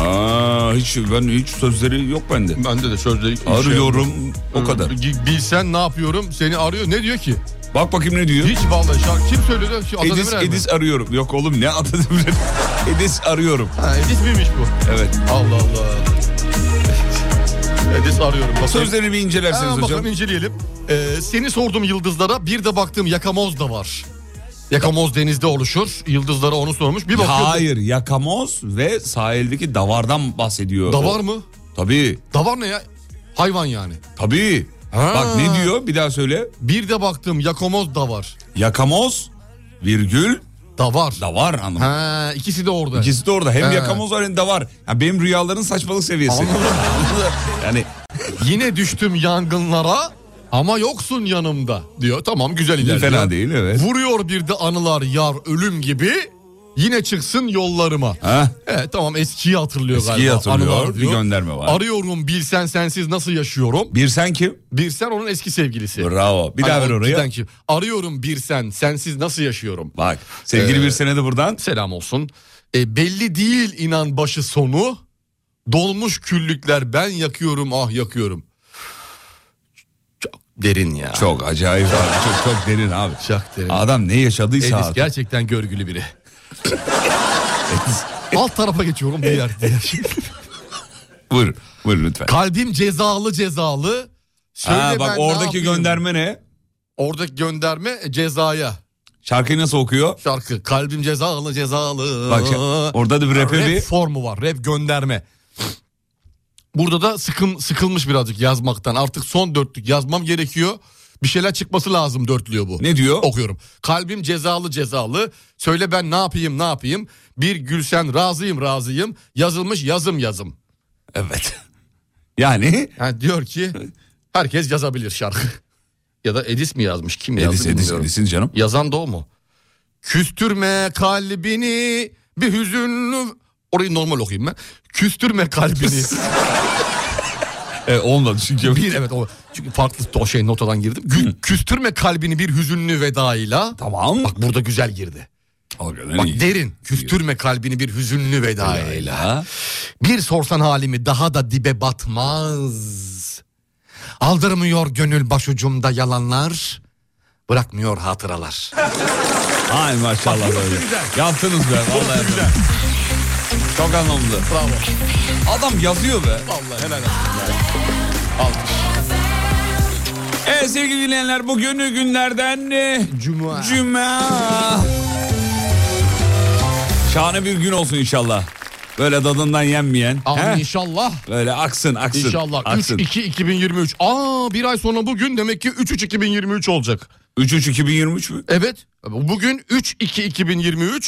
Aa, hiç ben hiç sözleri yok bende.
Bende de şey sözde...
Arıyorum o kadar.
Bilsen ne yapıyorum seni arıyor. Ne diyor ki?
Bak bakayım ne diyor.
Hiç vallahi şarkı kim söylüyor? Şu Atatürk
Edis Edis arıyorum. Yok oğlum ne Atatürk'ü? Edis arıyorum.
Ha, Edis miymiş bu?
Evet.
Allah Allah. Edis arıyorum. Bakayım.
Sözleri bir
Ha,
incelerseniz
bakalım
hocam.
inceleyelim. Ee, seni sordum yıldızlara bir de baktığım yakamoz da var. Yakamoz denizde oluşur. Yıldızlara onu sormuş. Bir bakıyorum.
Hayır yakamoz ve sahildeki davardan bahsediyor.
Davar mı?
Tabii
Davar ne ya? Hayvan yani.
tabii.
Ha.
Bak ne diyor bir daha söyle.
Bir de baktığım yakamoz da var.
Yakamoz virgül
Davar.
davar hanım.
Ha, ikisi de orada.
İkisi de orada. Hem
Ha.
yakamoz var hem davar. Ya benim rüyaların saçmalık seviyesi. yani
Yine düştüm yangınlara ama yoksun yanımda diyor. Tamam güzel ilerliyor.
fena değil evet.
Vuruyor bir de anılar yar ölüm gibi. Yine çıksın yollarıma.
Ha?
Evet E, tamam eskiyi hatırlıyor
Eskiyi
galiba.
hatırlıyor.
Anılar
Bir
diyor.
gönderme var.
Arıyorum bilsen sensiz nasıl yaşıyorum.
Bir sen kim?
Birsen onun eski sevgilisi.
Bravo. Bir
Hani
daha ver
o
oraya.
cidden ki, Arıyorum Birsen sensiz nasıl yaşıyorum.
Bak sevgili
Ee,
bir sene de buradan.
Selam olsun. E, belli değil inan başı sonu. Dolmuş küllükler ben yakıyorum ah yakıyorum. Çok derin ya.
Çok acayip abi. Çok, çok derin abi.
Çok derin.
Adam ne yaşadıysa
Edis
artık.
gerçekten görgülü biri. Alt tarafa geçiyorum diğer diğer.
Buyur, buyur lütfen.
Kalbim cezalı cezalı. Söyle
Ha,
ben
bak
ne
oradaki
yapayım?
gönderme ne?
Oradaki gönderme cezaya.
Şarkıyı nasıl okuyor?
Şarkı kalbim cezalı cezalı.
Bak şa- orada da bir rap'e
rap
bir...
formu var. Rap gönderme. Burada da sıkım, sıkılmış birazcık yazmaktan. Artık son dörtlük yazmam gerekiyor. Bir şeyler çıkması lazım dörtlüyor bu.
Ne diyor?
Okuyorum. Kalbim cezalı cezalı. Söyle ben ne yapayım ne yapayım. Bir gülsen razıyım razıyım. Yazılmış yazım yazım.
Evet. Yani
Yani diyor ki herkes yazabilir şarkı. ya da Edis mi yazmış kim yazdı
Edis Edis
bilmiyorum.
Edis'in canım.
Yazan da o mu? Küstürme kalbini bir hüzünlü... Orayı normal okuyayım ben. Küstürme kalbini.
E, olmadı çünkü.
bir evet o çünkü farklı o şey notadan girdim. Gü- Küstürme kalbini bir hüzünlü vedayla.
Tamam. Bak,
Bak burada güzel girdi.
Hakikaten
Bak
iyi.
derin. Küstürme kalbini bir hüzünlü vedayla.
Ha?
Bir sorsan halimi daha da dibe batmaz. Aldırmıyor gönül başucumda yalanlar. Bırakmıyor hatıralar.
Ay maşallah böyle. Yaptınız be vallahi yaptınız. Çok anlamlı. Bravo. Adam yazıyor be.
Vallahi helal
Evet sevgili dinleyenler bugün günlerden e,
Cuma.
Cuma. Şahane bir gün olsun inşallah. Böyle dadından yenmeyen.
Amin
he?
inşallah.
Böyle aksın aksın.
İnşallah.
Aksın.
3-2-2023. Aa bir ay sonra bugün demek ki 3-3-2023 olacak.
3-3-2023 mü?
Evet. Bugün 3-2-2023.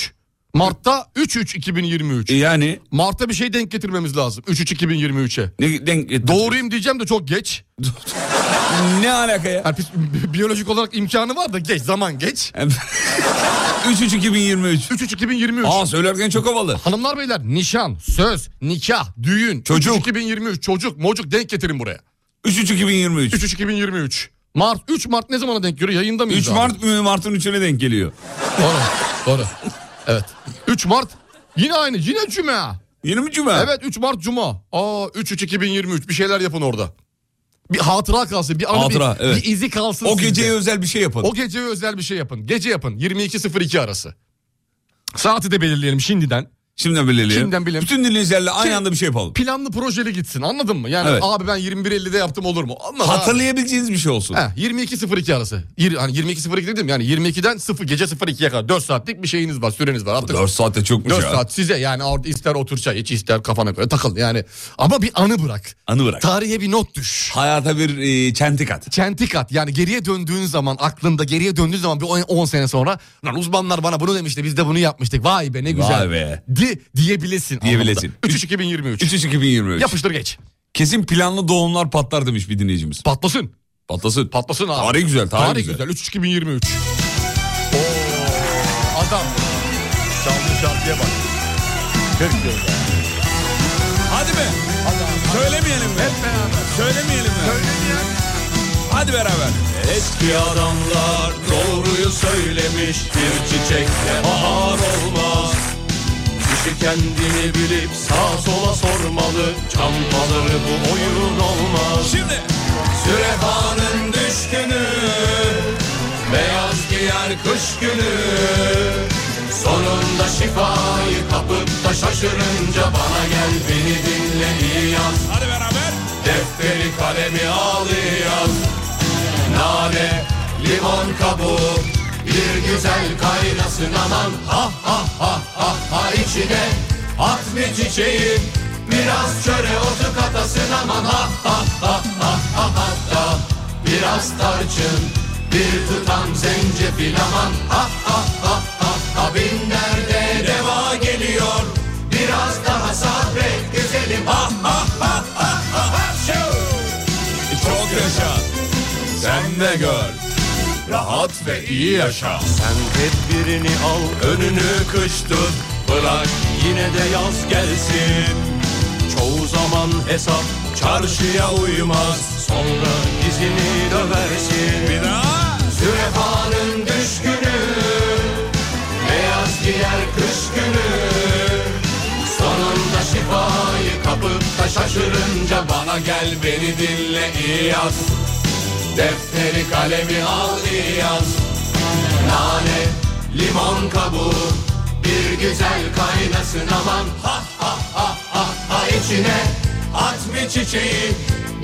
Mart'ta 3-3-2023.
E, Yani
Mart'ta bir şey denk getirmemiz lazım. 3-3-2023'e.
ne, denk,
Doğruyum diyeceğim de çok geç.
ne alaka ya?
Yani biz- biyolojik olarak imkanı var da geç. Zaman geç.
3-3-2023.
3-3-2023.
Aa söylerken çok havalı.
Hanımlar beyler nişan, söz, nikah, düğün.
Çocuk.
3-3-2023 çocuk, mocuk denk getirin buraya.
3-3-2023.
3-3-2023. Mart, 3 Mart ne zamana denk geliyor? Yayında mıyız
3
abi?
Mart mı? Mart'ın 3'üne denk geliyor.
Doğru. Doğru. Evet. 3 Mart yine aynı. Yine cuma.
Yeni mi Cuma?
Evet 3 Mart cuma. Aa 3 3 2023 bir şeyler yapın orada. Bir hatıra kalsın. Bir anı
Hatıra,
bir,
evet.
bir izi kalsın.
O
sizde.
geceye özel bir şey yapalım.
o geceye özel bir şey yapın. Gece yapın. 22.02 arası. Saati de belirleyelim şimdiden.
Şimdiden belirleyelim.
Şimdiden belirleyelim.
Bütün dinleyicilerle aynı
Şey-
anda bir şey yapalım.
Planlı projeli gitsin. Anladın mı? Yani
Evet.
abi ben 21.50'de yaptım olur mu? Olmaz abi.
Hatırlayabileceğiniz bir şey olsun.
He, 22.02 arası. Yir- hani 22.02 dedim yani 22'den 0 gece 02'ye kadar 4 saatlik bir şeyiniz var, süreniz var. Artık
4 saatte çokmuş
4
ya.
saat size yani orada ister otur çay iç ister kafana göre takıl yani. Ama bir anı bırak.
Anı bırak.
Tarihe bir not düş.
Hayata bir e, çentik at.
Çentik at yani geriye döndüğün zaman aklında geriye döndüğün zaman bir 10 sene sonra lan uzmanlar bana bunu demişti biz de bunu yapmıştık vay be ne güzel.
Vay be.
Di, diyebilesin.
Diyebilesin.
3 2023.
3 2023.
Yapıştır geç.
Kesin planlı doğumlar patlar demiş bir dinleyicimiz.
Patlasın.
Patlasın.
Patlasın abi.
Tarih güzel, tarih güzel.
3 2023. Oo, adam. Çaldığı şarkıya bak. 40 yıl.
Hadi be. Söylemeyelim mi? Hep beraber. Söylemeyelim mi? Hadi beraber.
Eski adamlar doğruyu söylemiş Bir çiçekle bahar olmaz Kişi kendini bilip sağa sola sormalı Çampaları bu oyun olmaz
Şimdi.
Sürefanın düşkünü Beyaz giyer kış günü Sonunda şifayı kapıp da şaşırınca Bana gel beni dinle iyi yaz
Hadi beraber.
Defteri kalemi al yaz Nane, limon kabuğu Bir güzel kaynasın aman Ha ha ha ha ha içine At bir çiçeği Biraz çöre otu katasın aman Ha ha ha ha ha hatta Biraz tarçın Bir tutam zencefil aman Ha ha ha ha ha Bin nerede deva geliyor Biraz daha sabret güzelim Ha ha ha ha ha ha Şov!
Çok yaşa.
Sen de gör Rahat ve iyi yaşa Sen tedbirini al Önünü kış tut Bırak yine de yaz gelsin Çoğu zaman hesap Çarşıya uymaz Sonra dizini döversin
Bir daha.
Sürefanın düşkünü Beyaz giyer kış günü Sonunda şifayı kapıp da şaşırınca Bana gel beni dinle iyi yaz Defteri kalemi al iyi yaz Nane limon kabuğu Bir güzel kaynasın aman Ha ha ha ha ha içine At bir çiçeği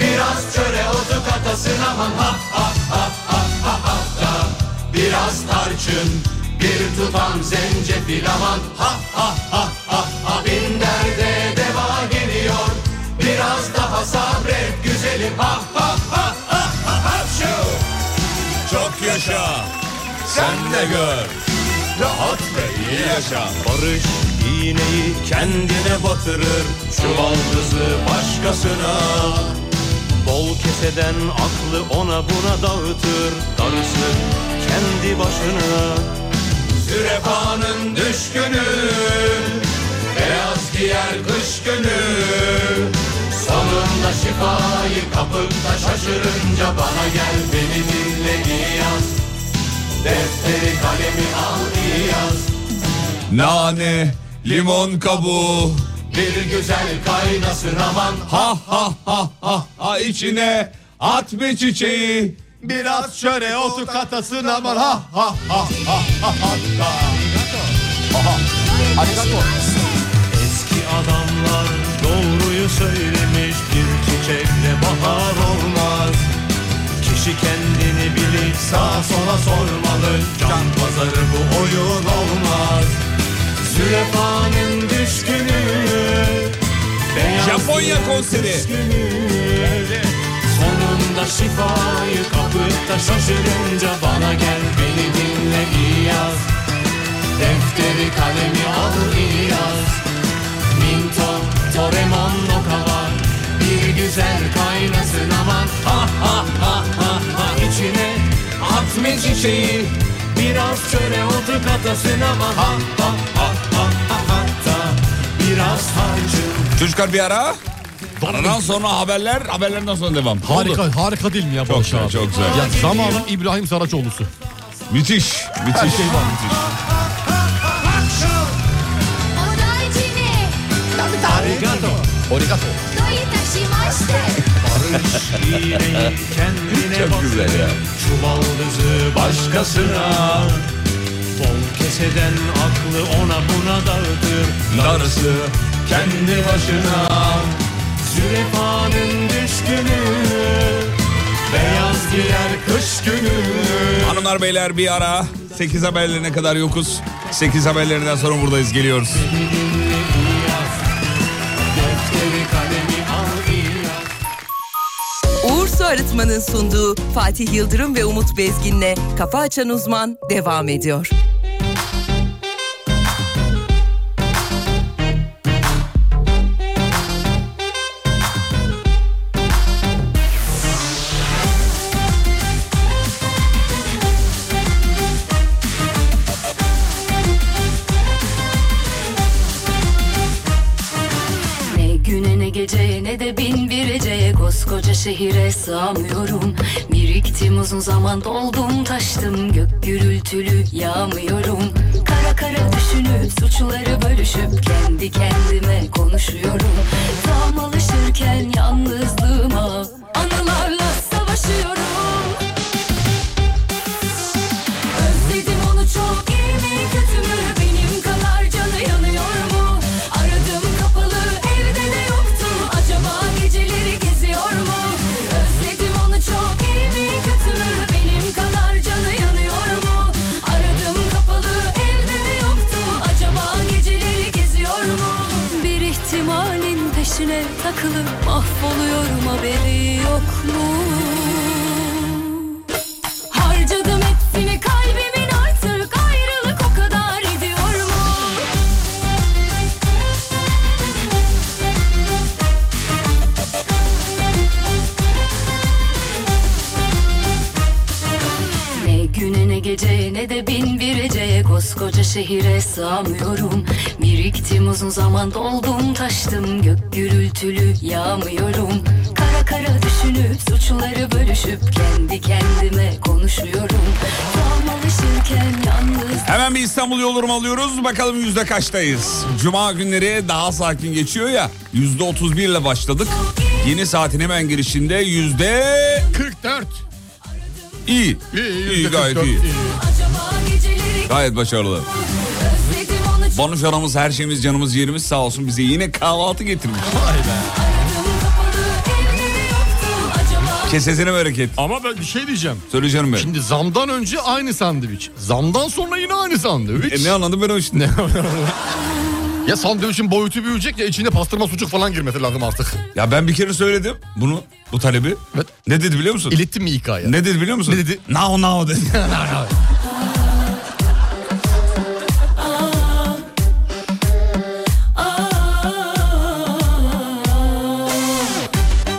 Biraz çöre otu katasın aman Ha ha ha ha ha ha da Biraz tarçın Bir tutam zencefil aman Ha ha ha ha ha Bin derde deva geliyor Biraz daha sabret güzelim Ha ha ha ha ha ha Şu.
Çok yaşa. Sen de gör.
Rahat ve iyi yaşa
Barış iğneyi kendine batırır.
Şu baldızı başkasına
Bol keseden aklı ona buna dağıtır Darısı kendi başına
Zürefanın düşkünü Beyaz giyer kış günü Sonunda şifayı kapıkta şaşırınca Bana gel beni dinle iyi yaz Defteri kalemi al iyi yaz
Nane, limon kabuğu.
Bir güzel kaynasın aman
Ha ha ha ha ha içine at bir çiçeği.
Biraz çöre otu katasın aman ha ha ha ha ha ha
Eski adamlar doğruyu söylemiş Bir çiçekle bahar olmaz Kişi kendini bilir
Sağa sola sormalı Can pazarı bu oyun olmaz Zülefa'nın düşkünü Beyaz
Japonya konseri.
Düşkünü Sonunda şifayı kapıda şaşırınca Bana gel beni dinle iyi yaz Defteri kalemi al iyi yaz Minto, Toremon lokalar Bir güzel kaynasın aman Ha ha ha ha ha içine Atma çiçeği Biraz çöre otu katasın ama Ha ha ha ha ha hatta Biraz harcı
Çocuklar bir ara. Aradan sonra haberler, haberlerden sonra devam. Oldu.
Harika, harika değil mi ya
Çok
Barış
güzel,
abi?
çok güzel.
Ya zamanın İbrahim Saraçoğlu'su.
Müthiş, müthiş.
Her şey var.
müthiş.
Arigato.
iğneyi kendine
Çok
batır
güzel ya.
Şu baldızı başkasına Bol keseden aklı ona buna dağıtır
Darısı
kendi başına Zülefa'nın düşkünü Beyaz giyer kış günü
Hanımlar beyler bir ara. 8 haberlerine kadar yokuz. 8 haberlerinden sonra buradayız geliyoruz.
Defteri kalemi al iyi yaz.
Uğur Su Arıtma'nın sunduğu Fatih Yıldırım ve Umut Bezgin'le Kafa Açan Uzman devam ediyor.
Ne güne ne geceye ne de bin bir eceye Koskoca şehire sığamıyorum Biriktim uzun zaman doldum taştım Gök gürültülü yağmıyorum Kara kara düşünüp suçları bölüşüp Kendi kendime konuşuyorum Tam alışırken yalnızlığıma Anılarla savaşıyorum Özledim onu çok iyi mi kötü mü benim kadar canı yanıyor mu Aradım kapalı evde de yoktu acaba geceleri geziyor mu Özledim onu çok iyi mi kötü mü benim kadar canı yanıyor mu Aradım kapalı evde de yoktu acaba geceleri geziyor mu Bir ihtimalin peşine takılıp mahvoluyorum haberi yok mu Harcadım hepsini kalbimin artık ayrılık o kadar ediyor mu? Ne güne ne geceye ne de bin bir eceye Koskoca şehire sığamıyorum Biriktim uzun zaman doldum taştım Gök gürültülü yağmıyorum Kara kara düşünüp suçları bölüşüp Kendi kendime konuşuyorum Tam alışırken yalnız
Hemen bir İstanbul yolurumu alıyoruz. Bakalım yüzde kaçtayız? Cuma günleri daha sakin geçiyor ya. Yüzde 31 ile başladık. Yeni saatin hemen girişinde yüzde
44.
İyi.
İyi,
İyi gayet
çok
iyi.
Acaba geceleri
Gayet başarılı.
özledim onu çok
Banuş anamız her şeyimiz canımız yerimiz sağ olsun bize yine kahvaltı getirmiş.
aradım kapalı evleri yoktu acaba
Kesesine bereket.
Ama ben bir şey diyeceğim.
Söyle canım benim.
Şimdi zamdan önce aynı sandviç. Zamdan sonra yine aynı sandviç.
E ne anladım ben o işten?
Ya sandviçin boyutu büyüyecek ya içine pastırma sucuk falan girmesi lazım artık.
Ya ben bir kere söyledim bunu, bu talebi.
Evet.
Ne dedi biliyor musun?
İlettin mi İK'ya?
Ne dedi biliyor musun?
Ne dedi?
Now now dedi.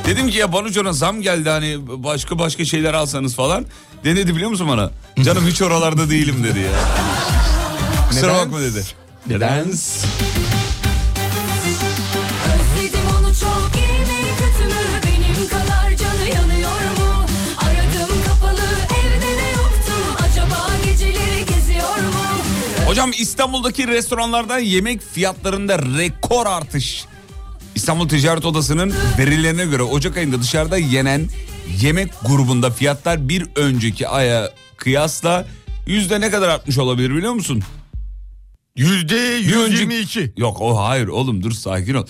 Dedim ki ya Banuç ona zam geldi hani başka başka şeyler alsanız falan. Ne dedi biliyor musun bana? Canım hiç oralarda değilim dedi ya. Kusura
Neden?
bakma dedi.
Neden?
özledim onu çok iyi mi kötü mü benim kadar canı yanıyor mu aradım kapalı evde de yoktu acaba geceleri geziyor mu
Hocam İstanbul'daki restoranlarda yemek fiyatlarında rekor artış. İstanbul Ticaret Odası'nın verilerine göre Ocak ayında dışarıda yenen yemek grubunda fiyatlar bir önceki aya kıyasla yüzde ne kadar artmış olabilir biliyor musun?
Yüzde
Bir önceki-
122.
Yok o hayır oğlum dur sakin ol.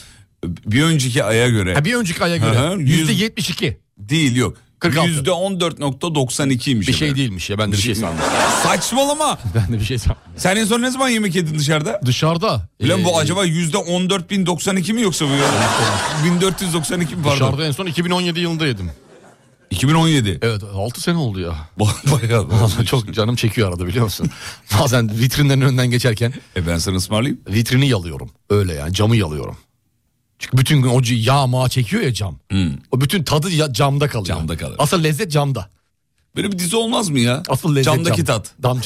Bir önceki aya göre
Ha, bir önceki aya
Hı hı,
göre.
yüz-
Yüzde 72.
değil yok.
46.
Yüzde 14.92'ymiş.
Bir şey
efendim.
değilmiş ya ben de bir şey sandım.
Saçmalama.
Ben de bir şey sandım.
Sen en son ne zaman yemek yedin dışarıda?
Dışarıda.
Ulan
ee,
bu acaba yüzde 14.092 mi yoksa bu ya? 1492 mi pardon?
Dışarıda en son 2017 yılında yedim.
2017.
Evet 6 sene oldu ya.
Bayağı.
Vallahi çok canım çekiyor arada biliyor musun? Bazen vitrinlerin önünden geçerken
E ben sana ısmarlayayım.
vitrini yalıyorum. Öyle yani camı yalıyorum. Çünkü bütün gün o c- yağ mağa çekiyor ya cam.
Hmm.
O bütün tadı ya- camda kalıyor.
Camda kalır.
Asıl lezzet camda.
Böyle bir dizi olmaz mı ya?
Asıl lezzet
Camdaki
cam.
tat.
Dam,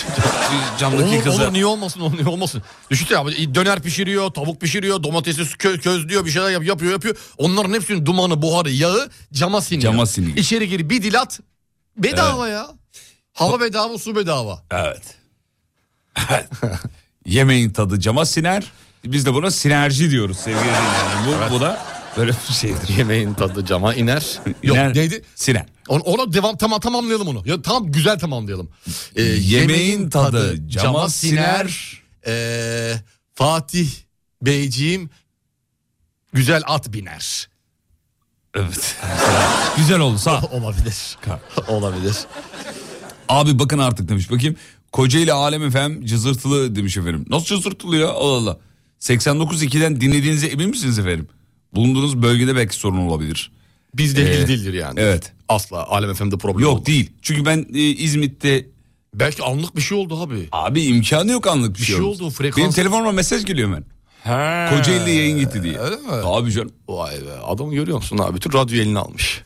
Camdaki
olur,
kızı.
olur niye olmasın olur, niye olmasın. Düşünsene abi döner pişiriyor, tavuk pişiriyor, domatesi kö- közlüyor bir şeyler yap- yapıyor yapıyor. Onların hepsinin dumanı, buharı, yağı cama siniyor.
Cama siniyor.
İçeri gir bir dilat bedava ya. Hava bedava, su bedava.
Evet. Evet. Yemeğin tadı cama siner. Biz de buna sinerji diyoruz sevgili dinleyenler. Bu, bu da böyle bir şeydir.
Yemeğin tadı cama iner. Yok
İner,
neydi?
Siner.
Ona, ona devam tamam tamamlayalım onu. Ya tam güzel tamamlayalım. Ee,
Yemeğin tadı cama siner.
Ee, Fatih Beyciğim güzel at biner.
Evet. Güzel oldu sağ ol.
Olabilir. Olabilir.
Abi bakın artık demiş. Bakayım. Kocaeli Alem efem cızırtılı demiş efendim. Nasıl cızırtılı ya? Allah Allah. 89.2'den dinlediğinize emin misiniz efendim? Bulunduğunuz bölgede belki sorun olabilir.
Bizle ilgili
Ee,
değildir yani.
evet.
Asla Alem FM'de problem
Yok
oldu.
değil. Çünkü ben e, İzmit'te
Belki anlık bir şey oldu abi.
abi imkanı yok anlık bir,
Bir şey
olmaz.
oldu, frekans-
Benim telefonuma mesaj geliyor hemen. Kocaeli'de yayın gitti diye.
öyle mi?
Abi canım
Vay be adamı görüyor musun abi? Bütün radyo elini almış.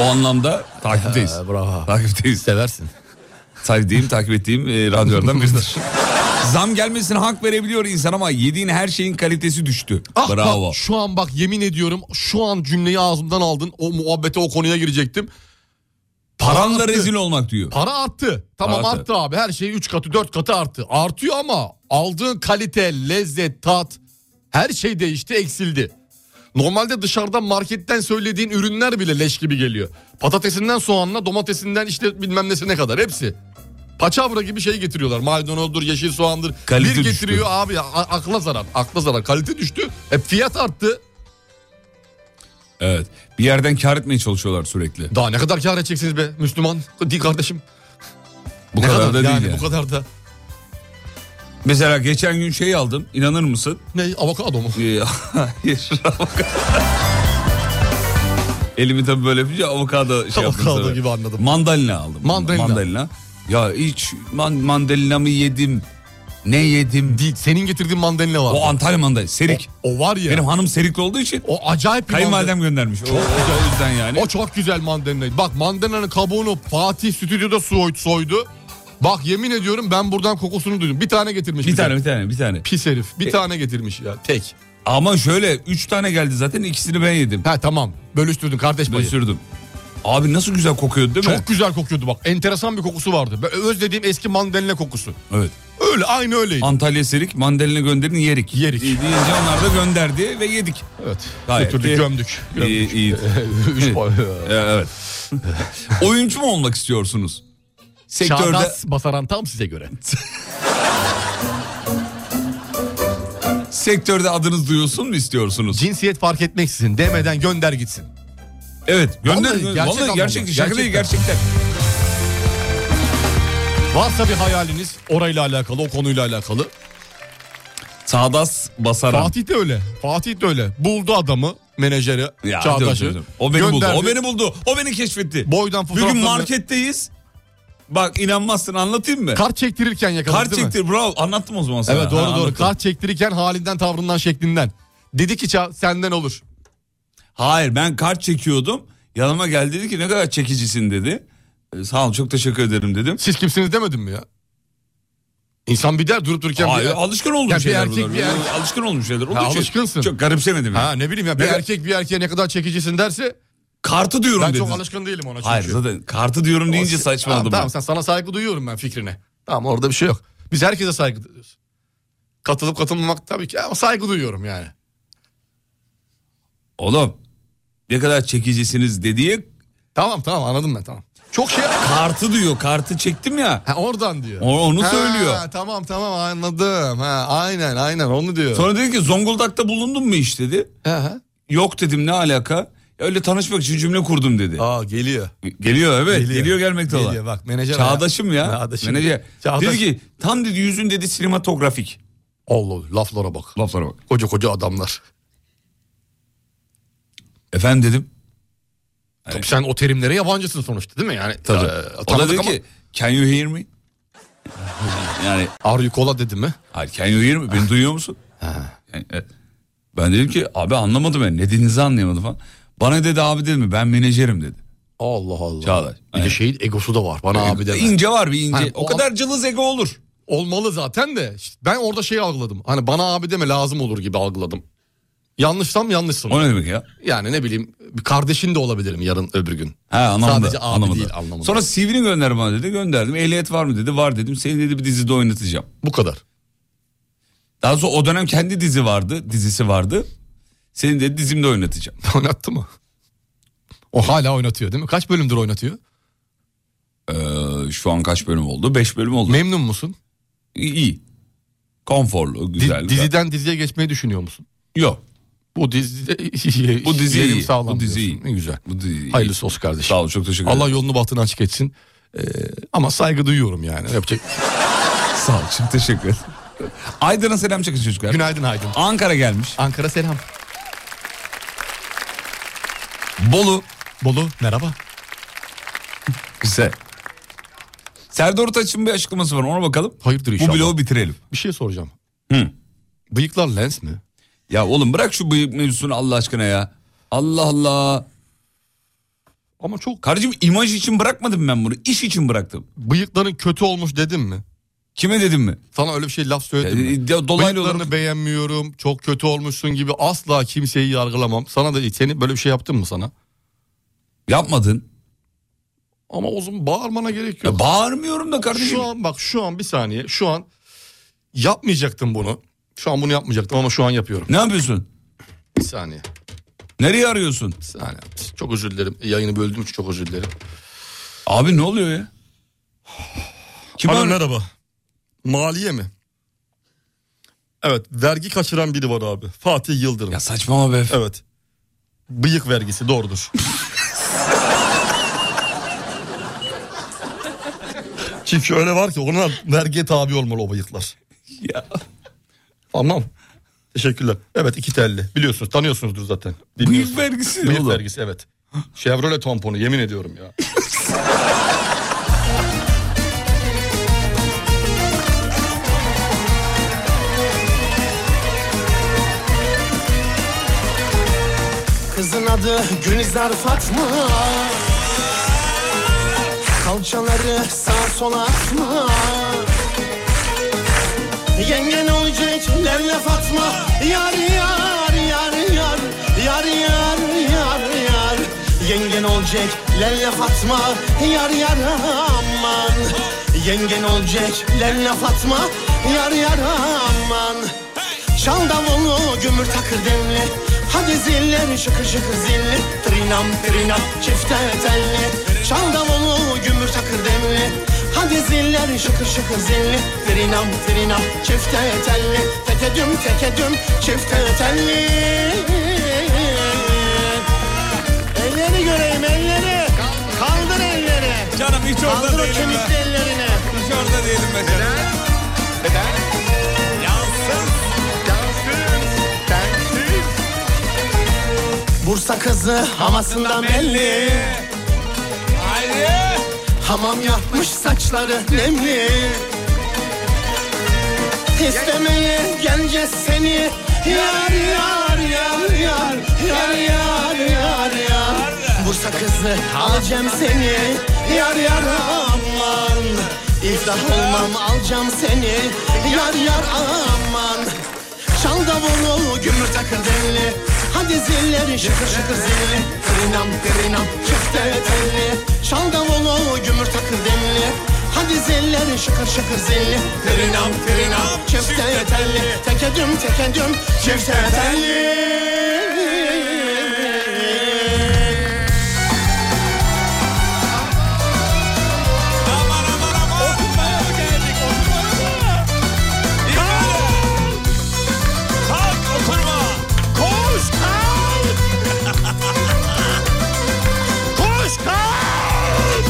o anlamda takipteyiz.
He, bravo.
Takipteyiz.
Seversin.
Sevdiğim, takip ettiğim e, radyolardan biridir. Zam gelmesine hak verebiliyor insan ama yediğin her şeyin kalitesi düştü.
Ah, bak,
Bravo.
şu an bak yemin ediyorum şu an cümleyi ağzımdan aldın. O muhabbete o konuya girecektim.
Paranla
arttı.
rezil olmak diyor.
Para arttı. Tamam
Para arttı.
arttı abi. Her şey 3 katı 4 katı arttı. Artıyor ama aldığın kalite, lezzet, tat her şey değişti, eksildi. Normalde dışarıdan marketten söylediğin ürünler bile leş gibi geliyor. Patatesinden soğanına, domatesinden işte bilmem nesine kadar hepsi. Paçavra gibi şey getiriyorlar. Maydanozdur, yeşil soğandır.
Kalite
Bir
düştü.
getiriyor abi a- akla zarar. Akla zarar. Kalite düştü. E fiyat arttı.
Evet. Bir yerden kar etmeye çalışıyorlar sürekli.
Daha ne kadar kar edeceksiniz be Müslüman? Değil kardeşim.
Bu
ne
kadar, da değil yani.
Bu kadar da.
Mesela geçen gün şey aldım. İnanır mısın?
Ne avokado mu?
Ee, Hayır. avokado. Elimi tabii böyle yapınca avokado şey yaptım.
Avokado
sana.
gibi anladım.
Mandalina aldım.
Mandalina.
Ya hiç man, mandalinamı yedim. Ne yedim?
Değil. Senin getirdiğin mandalina var.
O Antalya mandalina. Serik.
O var ya.
Benim hanım serikli olduğu için
o acayip bir mandalina.
kayınvalidem göndermiş. O, o, o yüzden yani.
O çok güzel mandalina. Bak mandalinanın kabuğunu Fatih stüdyoda soy, soydu. Bak yemin ediyorum ben buradan kokusunu duydum. Bir tane getirmiş.
bir
bize.
tane bir tane bir tane.
Pis herif. Bir tane getirmiş ya. Tek.
Ama şöyle 3 tane geldi zaten ikisini ben yedim.
Ha tamam. Bölüştürdün kardeş
Ben
payı.
sürdüm. Abi nasıl güzel kokuyordu değil mi?
Çok güzel kokuyordu bak. Enteresan bir kokusu vardı. Ben özlediğim eski mandalina kokusu.
Evet.
Öyle aynı öyleydi.
Antalya serik mandalina gönderin yerik.
Yerik.
Ee, Deyince onlar da gönderdi ve yedik.
Evet.
Gayet
Götürdük,
iyi.
gömdük.
İyi,
gömdük.
iyi.
Üç puan.
Ee, evet. Oyuncu mu olmak istiyorsunuz? Sektörde
Şahnas Basaran tam size göre.
sektörde adınız duyulsun mu istiyorsunuz?
Cinsiyet fark etmeksizin demeden gönder gitsin.
Evet, gönder.
Vallahi
Vallahi,
gerçek
gerçek,
anlamda,
şaka değil, gerçekten.
Varsa bir hayaliniz orayla alakalı, o konuyla alakalı.
Çağdaş Basaran.
Fatih de öyle. Fatih de öyle. Buldu adamı, menajeri,
Ya,
çağdaşı.
diyorum, diyorum. O beni buldu.
Gönderdi.
O beni buldu. O beni keşfetti.
Boydan
Bir gün
fotoğraflarını...
marketteyiz. Bak inanmazsın anlatayım mı?
Kart çektirirken yakaladı
Kart
değil mi?
çektir bravo anlattım o zaman sana.
Evet doğru
Ha,
doğru.
anlattım.
Kart çektirirken halinden, tavrından, şeklinden. Dedi ki ça senden olur.
Hayır ben kart çekiyordum. Yanıma geldi dedi ki ne kadar çekicisin dedi. E, Sağ ol çok teşekkür ederim dedim.
Siz kimsiniz demedim mi ya? İnsan bir der durup dururken
Hayır,
bir...
alışkın olduğum
Ya bir
şeyler
erkek,
bunlar.
bir erkek.
Alışkın olduğum şeyler. Olduğu
Ha,
için
alışkınsın.
Çok garipsemedim.
Ha
Ha.
ne bileyim ya bir
Ne-
erkek bir erkeğe ne kadar çekicisin derse
Kartı diyorum
ben
dedi.
çok alışkın değilim ona çünkü.
Hayır zaten kartı diyorum deyince
Tamam,
saçmaladım.
Tamam
ben.
sen sana saygı duyuyorum ben fikrine. Tamam orada bir şey yok. Biz herkese saygı duyuyoruz. Katılıp katılmamak tabii ki ama saygı duyuyorum yani.
Oğlum ne kadar çekicisiniz dediği
Tamam tamam anladım ben tamam. Çok şey
kartı diyor. Kartı çektim ya.
ha, oradan diyor.
O- onu söylüyor.
Tamam tamam anladım. Ha, aynen aynen onu diyor.
Sonra dedi ki Zonguldak'ta bulundun mu iş dedi.
Ha, ha.
Yok dedim ne alaka. Ya Öyle tanışmak için cümle kurdum dedi.
Aa geliyor.
Geliyor evet geliyor, gelmekte olan.
Geliyor bak menajer.
Çağdaşım ya.
Çağdaşım.
Menajer.
Çağdaş-
Dedi ki tam dedi yüzün dedi sinematografik.
Allah Allah, laflara bak.
Laflara bak.
Koca koca adamlar.
Efendim dedim.
Tabii sen o terimlere yabancısın sonuçta değil mi? Yani
Tabii.
Ee,
o da
tanıdık
dedi
ama-
ki can you hear me? yani
Are you cola dedi mi?
hayır can you hear me? Beni duyuyor musun? Yani, e, ben dedim ki abi anlamadım ben. Ne dediğinizi anlayamadım falan. Bana dedi abi dedi mi? Ben menajerim dedi.
Allah Allah.
Çağdaş.
Bir
Aynen.
de şeyin egosu da var. Bana abi deme.
İnce var bir ince.
Hani
o
o-
kadar cılız ego olur.
Olmalı zaten de. İşte ben orada şey algıladım. Hani bana abi deme lazım olur gibi algıladım. Yanlışsam yanlışsın.
O ne demek ya?
Yani ne bileyim bir kardeşin de olabilirim yarın öbür gün.
He anlamadı.
Sadece abi
anlamadı.
değil anlamında.
Sonra CV'ni gönder bana dedi. Gönderdim. Ehliyet var mı dedi. Var dedim. Seni dedi bir dizide oynatacağım.
Bu kadar.
Daha sonra o dönem kendi dizi vardı. Dizisi vardı. Seni dedi dizimde oynatacağım.
Oynattı mı? O hala oynatıyor değil mi? Kaç bölümdür oynatıyor?
Ee, şu an kaç bölüm oldu? 5 bölüm oldu.
Memnun musun?
İyi, iyi. Konforlu,
Di-
güzel.
diziden diziye geçmeyi düşünüyor musun?
Yok.
Bu dizi
Bu dizi
yerim
iyi.
sağlam
Bu dizi
diyorsun.
iyi.
Ne güzel.
Bu dizi iyi.
Hayırlısı olsun kardeşim.
Sağ ol çok teşekkür ederim.
Allah yolunu bahtını açık etsin. Ee, ama saygı duyuyorum yani. Yapacak. şey
sağ ol. Çok teşekkür ederim. Aydın'a selam çakın çocuklar.
Günaydın Aydın.
Ankara gelmiş.
Ankara selam.
Bolu.
Bolu merhaba.
Güzel. Serdar Ortaç'ın bir açıklaması var ona bakalım.
Hayırdır
Bu
inşallah.
bloğu bitirelim.
Bir şey soracağım.
Hı.
Bıyıklar lens mi?
Ya oğlum bırak şu bıyık mevzusunu Allah aşkına ya. Allah Allah.
Ama çok
Karıcığım imaj için bırakmadım ben bunu. İş için bıraktım.
bıyıkların kötü olmuş dedim mi?
Kime dedim mi?
Sana öyle bir şey laf söyledim mi?
Ya, ya, dolaylı
Bıyıklarını
olarak-
beğenmiyorum. Çok kötü olmuşsun gibi asla kimseyi yargılamam. Sana da seni böyle bir şey yaptım mı sana?
Yapmadın.
Ama o zaman bağırmana gerek yok.
Ya bağırmıyorum da kardeşim.
şu an bak şu an bir saniye. Şu an yapmayacaktım bunu. Şu an bunu yapmayacaktım ama şu an yapıyorum.
Ne yapıyorsun?
Bir saniye.
Nereye arıyorsun?
Bir saniye. Çok özür dilerim. Yayını böldüğüm için çok özür dilerim.
Abi ne oluyor ya? Kim
Hanım
arıyor?
merhaba. Maliye mi? Evet vergi kaçıran biri var abi. Fatih Yıldırım.
Ya saçmalama be.
Evet. Bıyık vergisi doğrudur. Çünkü öyle var ki ona vergiye tabi olmalı o bıyıklar.
Ya.
Tamam. Teşekkürler. Evet iki telli. Biliyorsunuz tanıyorsunuzdur zaten.
Bıyık
Dinliyorsunuz.
vergisi
Bıyık
oğlum.
vergisi evet. Chevrolet tamponu yemin ediyorum ya.
Kızın adı Gülizar Fatma Kalçaları sağa sola atma Yengen olacak Levle Fatma Yar yar yar yar Yar yar yar yar Yengen olacak Levle Fatma Yar yar aman Yengen olacak Levle Fatma Yar yar aman Çal davulu gümür takır demli Hadi zilleri şıkır şıkır zilli Trinam trinam çifte telli Çal davulu gümür takır demli Hadi zilleri şıkır şıkır zilli Trinam trinam çifte telli Teke düm teke düm çifte telli Elleri göreyim elleri Kaldır elleri
Canım hiç orada
Kaldır o
değilim
kemikli
ben.
ellerini
Hiç orada değilim ben canım.
Bursa kızı hamasından belli
Haydi.
Hamam yapmış saçları nemli İstemeye geleceğiz seni Yar yar yar yar Yar yar yar yar Bursa kızı alacağım seni Yar yar aman İflah olmam alacağım seni Yar yar aman Çal davulu gümür takır deli Hadi zilleri şıkır şıkır zilli Trinam trinam çifte telli Çal davulu gümür takır deli Hadi zilleri şıkır şıkır zilli Trinam trinam çifte telli Teke düm teke düm çifte telli
Aman aman aman. Oturmaya mı geldik? Oturmaya mı? Kalk. Kalk oturma. Koş kalk. Koş kalk.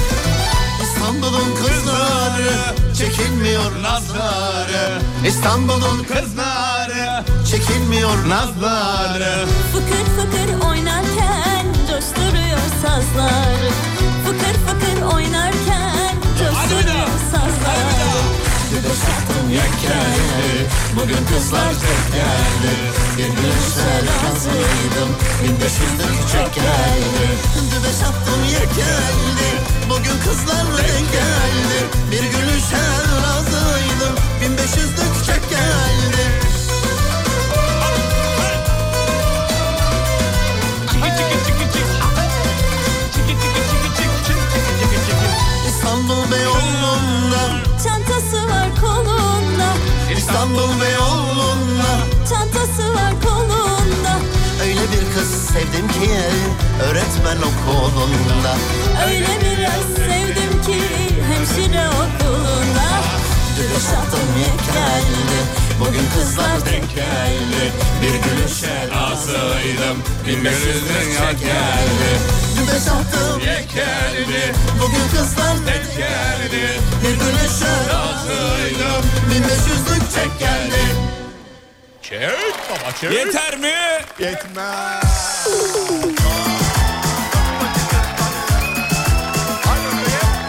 İstanbul'un kızları çekinmiyor nazları İstanbul'un
Kızları.
çekinmiyor nazları
Fıkır fıkır oynarken coşturuyor sazlar Fıkır fıkır oynarken coşturuyor sazlar Bir boşalttım yelkenleri Bugün kızlar tek geldi Bir gülüşe razıydım 1500'lük çek geldi Bir boşalttım yelkenleri Bugün kızlar tek geldi Bir gülüşe razıydım 1500'lük çek geldi İstanbul Beyoğlu'nda Çantası var kolunda
İstanbul Beyoğlu'nda
Çantası var kolunda
Öyle bir kız sevdim ki öğretmen okulunda
Öyle biraz sevdim ki hemşire okuluna Gülüş attım yekeldi Bugün kızlar denk geldi
Bir gülüşe razıydım Bin beş yüz lira geldi
Güneş attım
Geldi
bugün kızlar
tek geldi
bir güneşe
Razıydım
1500'lük çek geldi
Çek baba çek
Yeter mi?
Yetmez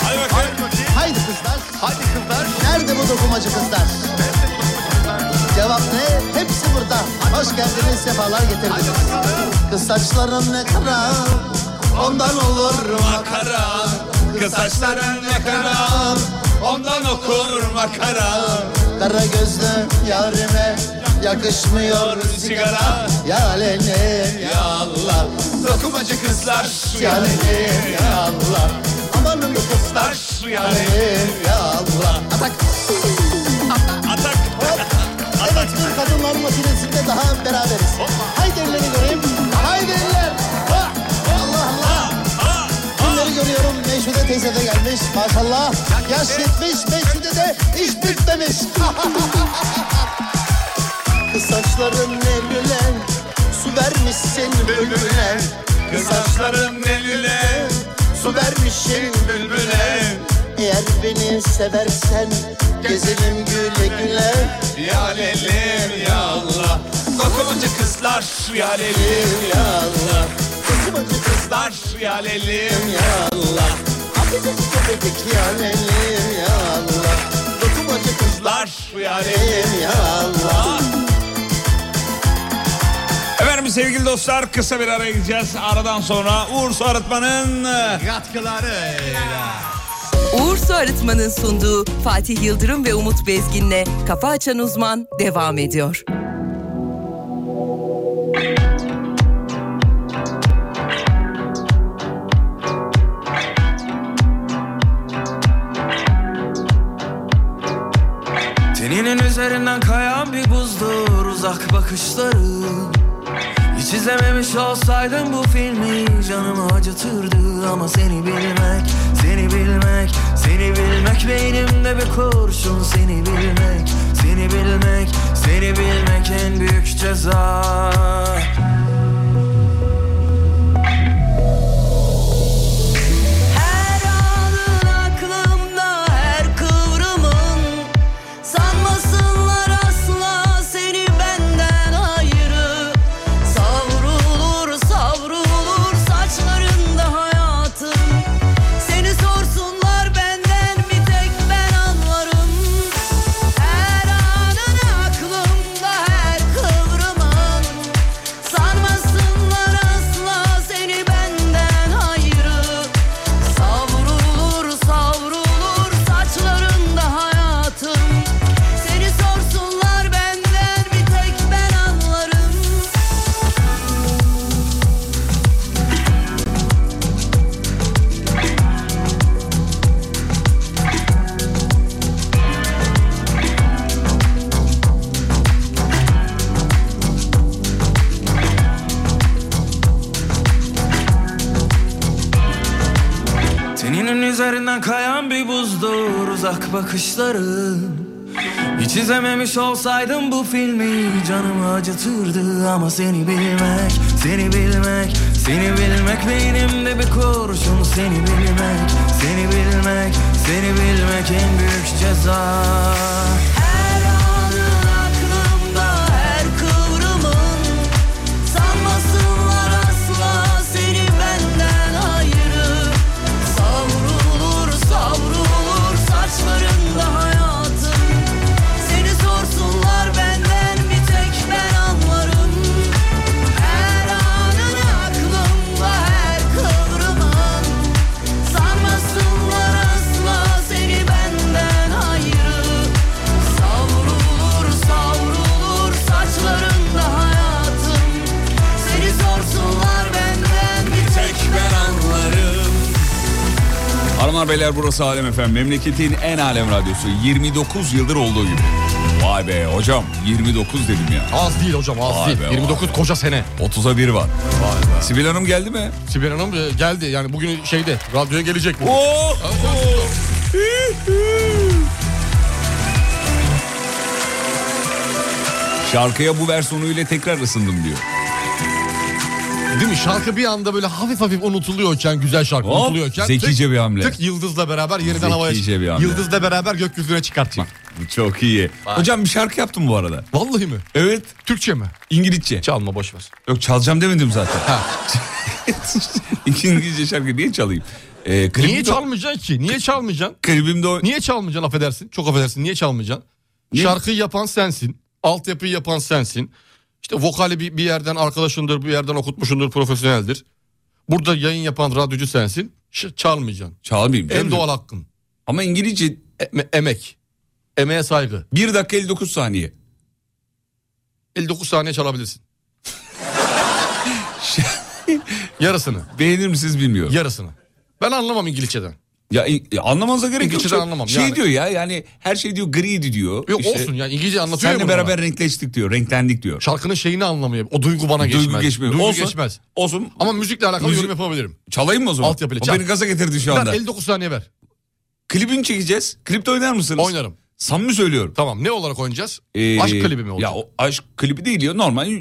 Hadi bakalım.
Haydi kızlar
Hadi kızlar
nerede bu dokumacı kızlar? Cevap ne? Hepsi burada. Hoş geldiniz, sefalar getirdiniz. Kız saçların ne kara, ondan olur makara.
Kız saçların ne karar Ondan okur makara
Kara gözlü yarime yakışmıyor sigara. Yalenim ya Allah,
Dokumacı kızlar
yalenim ya Allah. Amanım kızlar,
Taş yani
yalenim ya Allah. Atak.
Atak.
Hop. Evet bir kadınlar makinesinde daha beraberiz. Haydi elleri göreyim. Haydi eller. Ha. Allah Allah. Kimleri görüyorum? Meşhude teyze de gelmiş. Maşallah. Yaş yetmiş. Meşhude de iş bitmemiş. Kız saçların ne gülen. Su vermişsin bülbüle. Kız
Saçlarım nelüle
su vermişsin
Bülbüle
Eğer beni seversen gezelim güle güle.
Ya lelim ya Allah Dokumacı kızlar ya lelim
Ya Allah. Kızım acı kız.
Kızlar ya lelim
ya Allah. Abidik gubidik ya lelim ya Allah. Dokumacı kızlar
Kızlar ya lelim
benim ya Allah.
Efendim sevgili dostlar kısa bir araya gideceğiz. Aradan sonra Uğur Su Arıtma'nın e,
Katkıları
Uğur Su Arıtma'nın sunduğu Fatih Yıldırım ve Umut Bezgin'le Kafa Açan Uzman devam ediyor.
Tenine
Yüzünün üzerinden kayan bir buzdur uzak bakışları Hiç izlememiş olsaydım bu filmi canımı acıtırdı Ama seni bilmek, seni bilmek, seni bilmek Beynimde bir kurşun seni bilmek, seni bilmek, seni bilmek en büyük ceza
Her anın aklımda her kıvrımın Sanmasınlar asla seni benden ayrı Savrulur savrulur saçlarında hayatım Seni sorsunlar benden bir tek ben anlarım Her anın aklımda her kıvrımın Sanmasınlar asla seni benden ayrı Savrulur savrulur saçlarında hayatım Seni sorsunlar benden bir tek ben anlarım
Teninin üzerinden kayan bir buzdur uzak bakışları Hiç izlememiş olsaydım bu filmi canımı acıtırdı Ama seni bilmek, seni bilmek, seni bilmek Beynimde bir kurşun seni bilmek, seni bilmek, seni bilmek en büyük ceza
Aklımda her kıvrımın Sanmasınlar asla seni benden ayrı Savrulur savrulur saçlarında hayatım Seni sorsunlar benden bir tek ben anlarım Her anın aklımda her kıvrımın Sanmasınlar asla seni benden ayrı Savrulur savrulur saçlarında hayatım Seni sorsunlar benden bir tek ben anlarım
Hanımlar beyler burası Alem Efem. Memleketin en alem radyosu. 29 yıldır olduğu gibi. Vay be hocam 29 dedim ya.
Az değil hocam az
Vay
değil.
be,
29 koca sene.
30'a 1 var. Vay be. Sibel Hanım geldi mi?
Sibel Hanım e, geldi yani bugün şeyde radyoya gelecek. Bugün.
Oo! Şarkıya bu versiyonuyla tekrar ısındım diyor.
Değil mi? Şarkı bir anda böyle hafif hafif unutuluyorken güzel şarkı
Hop,
unutuluyorken.
zekice bir hamle.
Tık yıldızla beraber yeniden
Zekice
havaya çık-
bir hamle.
Yıldızla beraber gökyüzüne çıkartacak.
Çok iyi. Hocam bir şarkı yaptım bu arada.
Vallahi mi?
Evet.
Türkçe mi?
İngilizce.
Çalma boş ver.
Yok çalacağım demedim zaten. İngilizce şarkı niye çalayım? Ee, klibim
Niye
de-
çalmayacaksın ki? Niye çalmayacaksın?
Klibimde o...
Niye çalmayacaksın affedersin? Çok affedersin. Niye çalmayacaksın? Şarkıyı yapan sensin. Altyapıyı yapan sensin. İşte vokali bir, bir yerden arkadaşındır, bir yerden okutmuşundur, profesyoneldir. Burada yayın yapan radyocu sensin. Ş- çalmayacaksın.
Çalmayayım.
En
çalmayayım.
doğal hakkın.
Ama İngilizce
Eme- emek. Emeğe saygı.
1 dakika 59 saniye.
59 saniye çalabilirsin. Yarısını.
Beğenir misiniz bilmiyorum.
Yarısını. Ben anlamam İngilizceden.
Ya, in- ya anlamanıza gerek yok.
İngilizceden
Çok-
anlamam
Şey
yani.
diyor ya yani her şey diyor griydi diyor.
Yok
İşte
olsun yani İngilizce anlatıyor ya
Senle
bunu
beraber
bana.
renkleştik diyor. Renklendik diyor.
Şarkının şeyini anlamayayım. O duygu bana
Duygu
geçmez.
geçmiyor.
Duygu
Olsun.
geçmez.
Olsun.
Ama müzikle alakalı
Müzik-
yorum yapabilirim.
Çalayım mı o zaman?
Altyapıyla
O
çal.
Beni gaza getirdi şu
Ver
anda.
59 saniye ver.
Klibini çekeceğiz. Klipte oynar mısınız?
Oynarım.
Samimi söylüyorum.
Tamam ne olarak oynayacağız?
Ee,
Aşk klibi mi olacak?
Ya o aşk klibi değil ya normal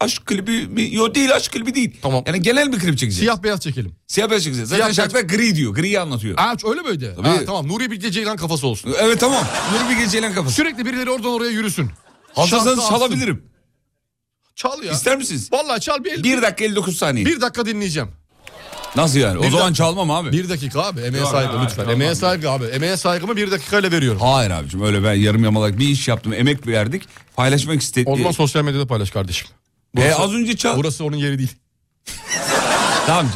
aşk klibi mi? Yok değil aşk klibi değil.
Tamam.
Yani genel bir klip çekeceğiz. Siyah,
Siyah beyaz çekelim.
beyaz çekeceğiz. Zaten
Siyah
şarkıda gri diyor. Griyi anlatıyor.
Aa, öyle miydi?
Tabii.
Ha, tamam Nuri Bilge Ceylan kafası olsun.
Evet tamam. Nur bir geceyle kafası.
Sürekli birileri oradan oraya yürüsün. Şarkı
Hazırsanız
alsın.
çalabilirim.
Çal ya.
İster misiniz?
Vallahi çal bir, el-
1 dakika 59 saniye.
bir dakika dinleyeceğim.
Nasıl yani?
Bir
o zaman
dakika.
çalmam abi.
Bir dakika abi emeğe
Yok,
saygı
hayır,
lütfen.
tamam.
Emeğe saygı abi. Emeğe saygımı bir dakikayla veriyorum.
Hayır abicim öyle ben yarım yamalak bir iş yaptım. Emek verdik. Paylaşmak istedim.
Ondan sosyal medyada paylaş kardeşim.
E, az önce çal.
Burası onun yeri değil.
Tamam.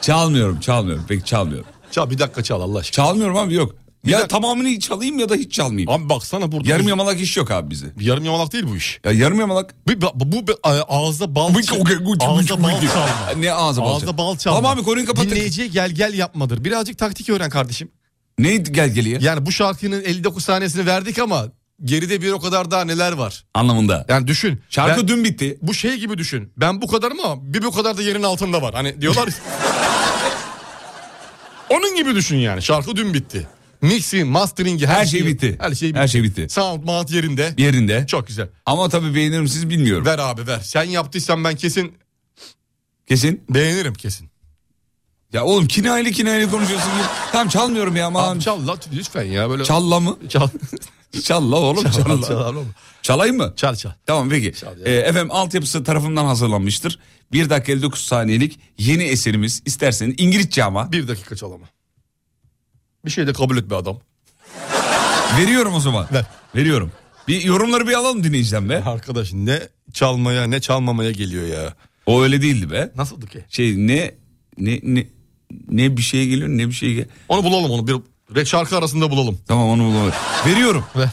Çalmıyorum çalmıyorum. Peki çalmıyorum.
Çal bir dakika çal Allah aşkına.
Çalmıyorum abi yok. ya
dakika.
tamamını çalayım ya da hiç çalmayayım.
Abi baksana burada.
yarım yamalak iş yok abi bize.
Yarım yamalak değil bu iş.
Ya yarım yamalak.
Bu, bu, bu bir- ağızda bal Ağızda bal çalma.
Ne ağza bal
Ağızda
çalma?
bal çalma.
Tamam abi konuyu kapattık.
Dinleyiciye gel gel yapmadır. Birazcık taktik öğren kardeşim.
Neydi gel geliye?
Yani bu şarkının 59 saniyesini verdik ama geride bir o kadar daha neler var.
Anlamında.
Yani düşün.
Şarkı dün bitti.
Bu şey gibi düşün. Ben bu kadarım ama bir bu kadar da yerin altında var. Hani diyorlar ya. Onun gibi düşün yani. Şarkı dün bitti. Mixing, masteringi her,
Her şey
şeyi-
bitti.
Her şey bitti.
Her şey bitti.
Sound, mount yerinde.
Yerinde.
Çok güzel.
Ama tabii beğenir misiniz bilmiyorum.
Ver abi ver. Sen yaptıysan ben kesin...
Kesin?
Beğenirim kesin.
Ya oğlum kinayeli kinayeli konuşuyorsun. gibi. Tamam çalmıyorum ya. Aman.
çal la lütfen ya böyle.
Çalla mı?
Çal.
çalla oğlum.
Çal,
çal,
çal,
çal.
oğlum.
Çalayım mı?
Çal çal.
Tamam peki. Ee, efendim altyapısı tarafından hazırlanmıştır. 1 dakika 59 saniyelik yeni eserimiz isterseniz İngilizce ama.
1 dakika çal ama. Bir şey de kabul etme adam.
Veriyorum o zaman.
Ver.
Veriyorum. Bir yorumları bir alalım dinleyiciden be.
Arkadaş ne çalmaya ne çalmamaya geliyor ya.
O öyle değildi be.
Nasıldı ki?
Şey ne ne ne ne bir şey geliyor ne bir şey gel.
Onu bulalım onu bir re- şarkı arasında bulalım.
Tamam onu bulamadım. Veriyorum.
Ver.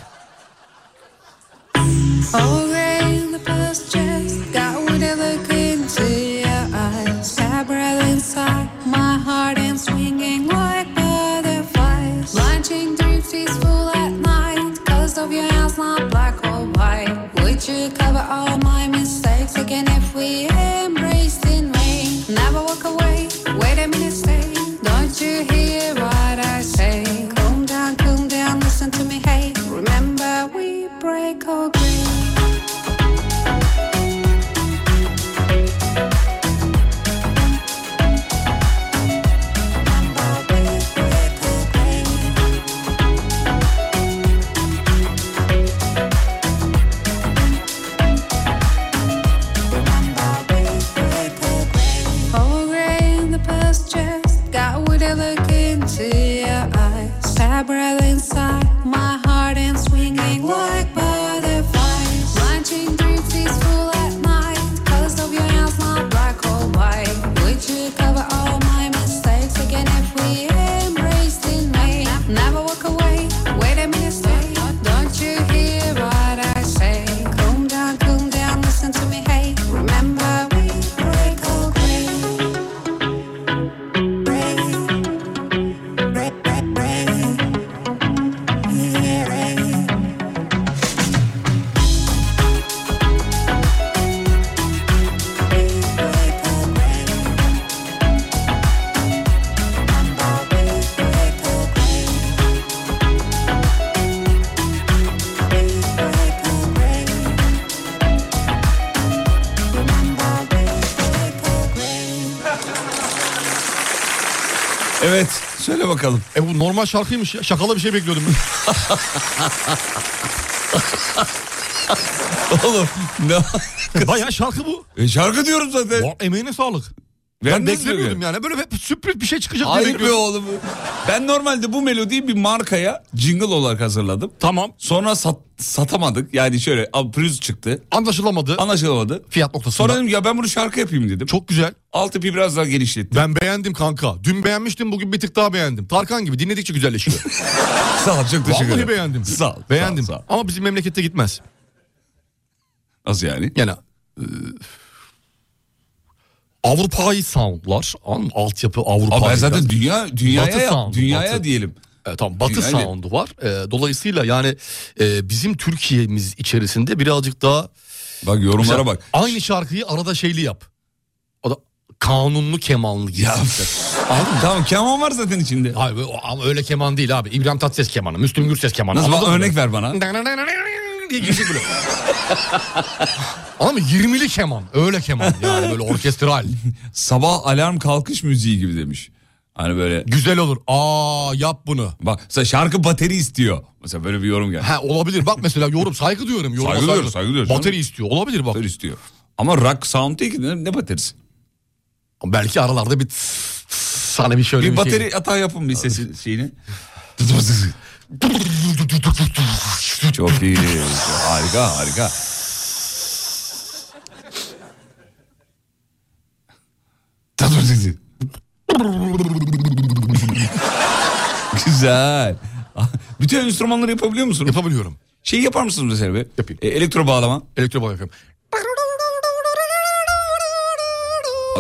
Already in the past just got whatever came to your eyes. Fabric inside my heart and swinging like butterflies. Launching dreams peaceful at night. Cause of your hands, not black or white. Would you cover all my mistakes again if we embraced in May? Never walk away, wait a minute, stay. Don't you hear what I say? Calm down, calm down, listen to me, hey. Remember we break or agree. All gray in the past just got whatever came to your eyes. Fabric inside my heart and swinging like butterflies. Launching dreams peaceful at night. Cause of your hands, not black or white. Would you cover all my mistakes again if we embraced in May? Never walk away, wait a minute, stay. Don't you hear what I say? Calm down, calm down, listen to me, hey. Remember, we break all grey.
Evet söyle bakalım.
E bu normal şarkıymış ya. Şakalı bir şey bekliyordum ben.
Oğlum ne?
Bayağı şarkı bu.
E, şarkı diyorum zaten.
Ulan emeğine sağlık. Ben,
Vermez mi
beklemiyordum yani. Böyle hep sürpriz bir şey çıkacak diye
Hayır be
bekliyordum.
oğlum. Ben normalde bu melodiyi bir markaya jingle olarak hazırladım.
Tamam.
Sonra sat, satamadık. Yani şöyle a, pürüz çıktı.
Anlaşılamadı.
Anlaşılamadı.
Fiyat noktasında.
Sonra dedim ki, ya ben bunu şarkı yapayım dedim.
Çok güzel.
Altyapıyı biraz daha genişlettim.
Ben beğendim kanka. Dün beğenmiştim bugün bir tık daha beğendim. Tarkan gibi dinledikçe güzelleşiyor.
Sağ ol çok teşekkür
Vallahi
ederim.
beğendim.
Sağ ol.
Beğendim.
Sağ ol, sağ ol.
Ama bizim memlekette gitmez.
Nasıl yani?
Yani e, Avrupa'yı soundlar. Anladın mı? Altyapı Avrupa'yı.
Abi ben zaten dünya dünyaya
Batı
yap-
soundu,
dünyaya
batı.
diyelim.
E, tamam batı
Dünyayla-
sound'u var. E, dolayısıyla yani e, bizim Türkiye'miz içerisinde birazcık daha
Bak yorumlara
Mesela
bak.
Aynı şarkıyı arada şeyli yap. O da kanunlu kemanlı
Ya
girsin.
Abi tamam keman var zaten içinde.
Hayır o- ama öyle keman değil abi. İbrahim Tatlıses kemanı, Müslüm Gürses kemanı.
Nasıl
Anladın mı?
bak, örnek ver bana.
diye girecek böyle. Ama 20'li keman. Öyle keman yani böyle orkestral.
Sabah alarm kalkış müziği gibi demiş. Hani böyle
Güzel olur. Aa yap bunu.
bak mesela şarkı bateri istiyor. Mesela böyle bir yorum geldi.
Ha olabilir. Bak mesela yorum saygı duyuyorum. Yoruma
Saygı duyuyoruz, saygı duyuyoruz
Bateri
canım.
istiyor. Olabilir bak.
Bateri istiyor. Ama rock sound değil ki ne, ne baterisi?
Belki aralarda bir tss, tss, hani bir şöyle bir,
bir
şey-
bateri hata yapın bir sesi şeyini. Çok iyi. Harika harika.
şey.
Güzel. Bütün enstrümanları yapabiliyor musun?
Yapabiliyorum.
şey yapar mısınız mesela bir?
Yapayım.
E, elektro bağlama.
Elektro yapıyorum.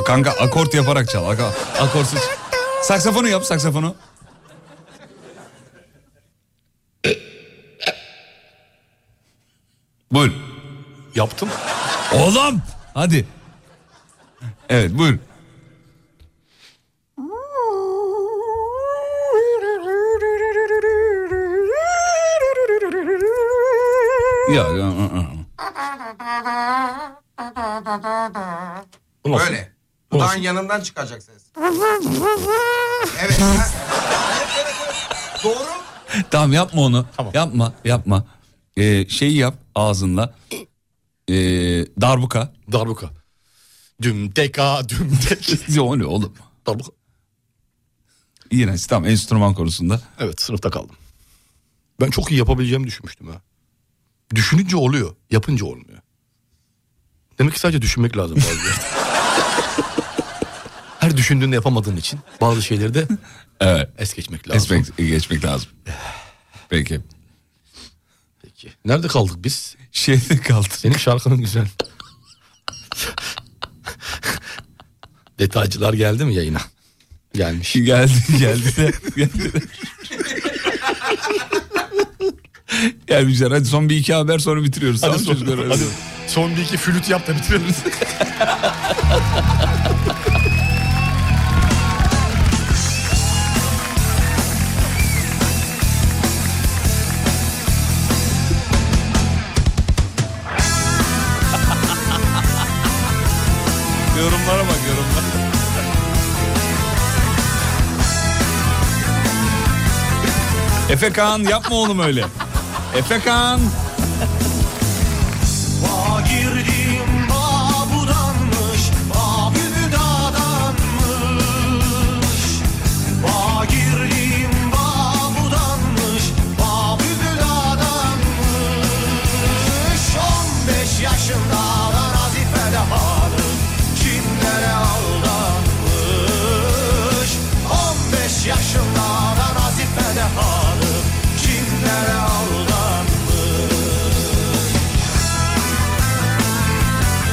Kanka akort yaparak çal. Ak- akortsuz. Saksafonu yap saksafonu. Buyur.
Yaptım.
Oğlum hadi. Evet buyur. Ya, ya, ı, ı.
Böyle. Dudağın yanından çıkacak ses. Evet. ha. Evet, evet, evet. Doğru.
Tamam yapma onu. Yapma yapma. Ee, şeyi yap ağzınla. Ee, darbuka.
Darbuka. Dümdeka dümdek.
o ne oğlum?
Darbuka.
İğrenç tamam enstrüman konusunda.
Evet sınıfta kaldım. Ben çok iyi yapabileceğimi düşünmüştüm ha. Düşününce oluyor, yapınca olmuyor. Demek ki sadece düşünmek lazım bazı yerde. Her düşündüğünde yapamadığın için bazı şeyleri de
Evet.
es geçmek lazım.
Geçmek, geçmek lazım. Peki.
Nerede kaldık biz?
Şeyde kaldık.
Senin şarkının güzel. Detaycılar geldi mi yayına? Gelmiş.
Geldi geldi de. Geldi de. Gelmişler hadi son bir iki haber sonra bitiriyoruz.
Hadi
Tamam
son,
çocuklar?
hadi son bir iki flüt yap da bitiririz.
Yorumlara bak yorumlara. Efe Kağan yapma oğlum öyle. Efe Kağan.
Bağ girdim bağ budanmış Bağ bübü dağdanmış Bağ girdim bağ budanmış Bağ bübü dağdanmış 15 yaşında da Nazife'de hanım Kimlere aldanmış 15 yaşında da Nazife'de hanım Kimlere aldanmış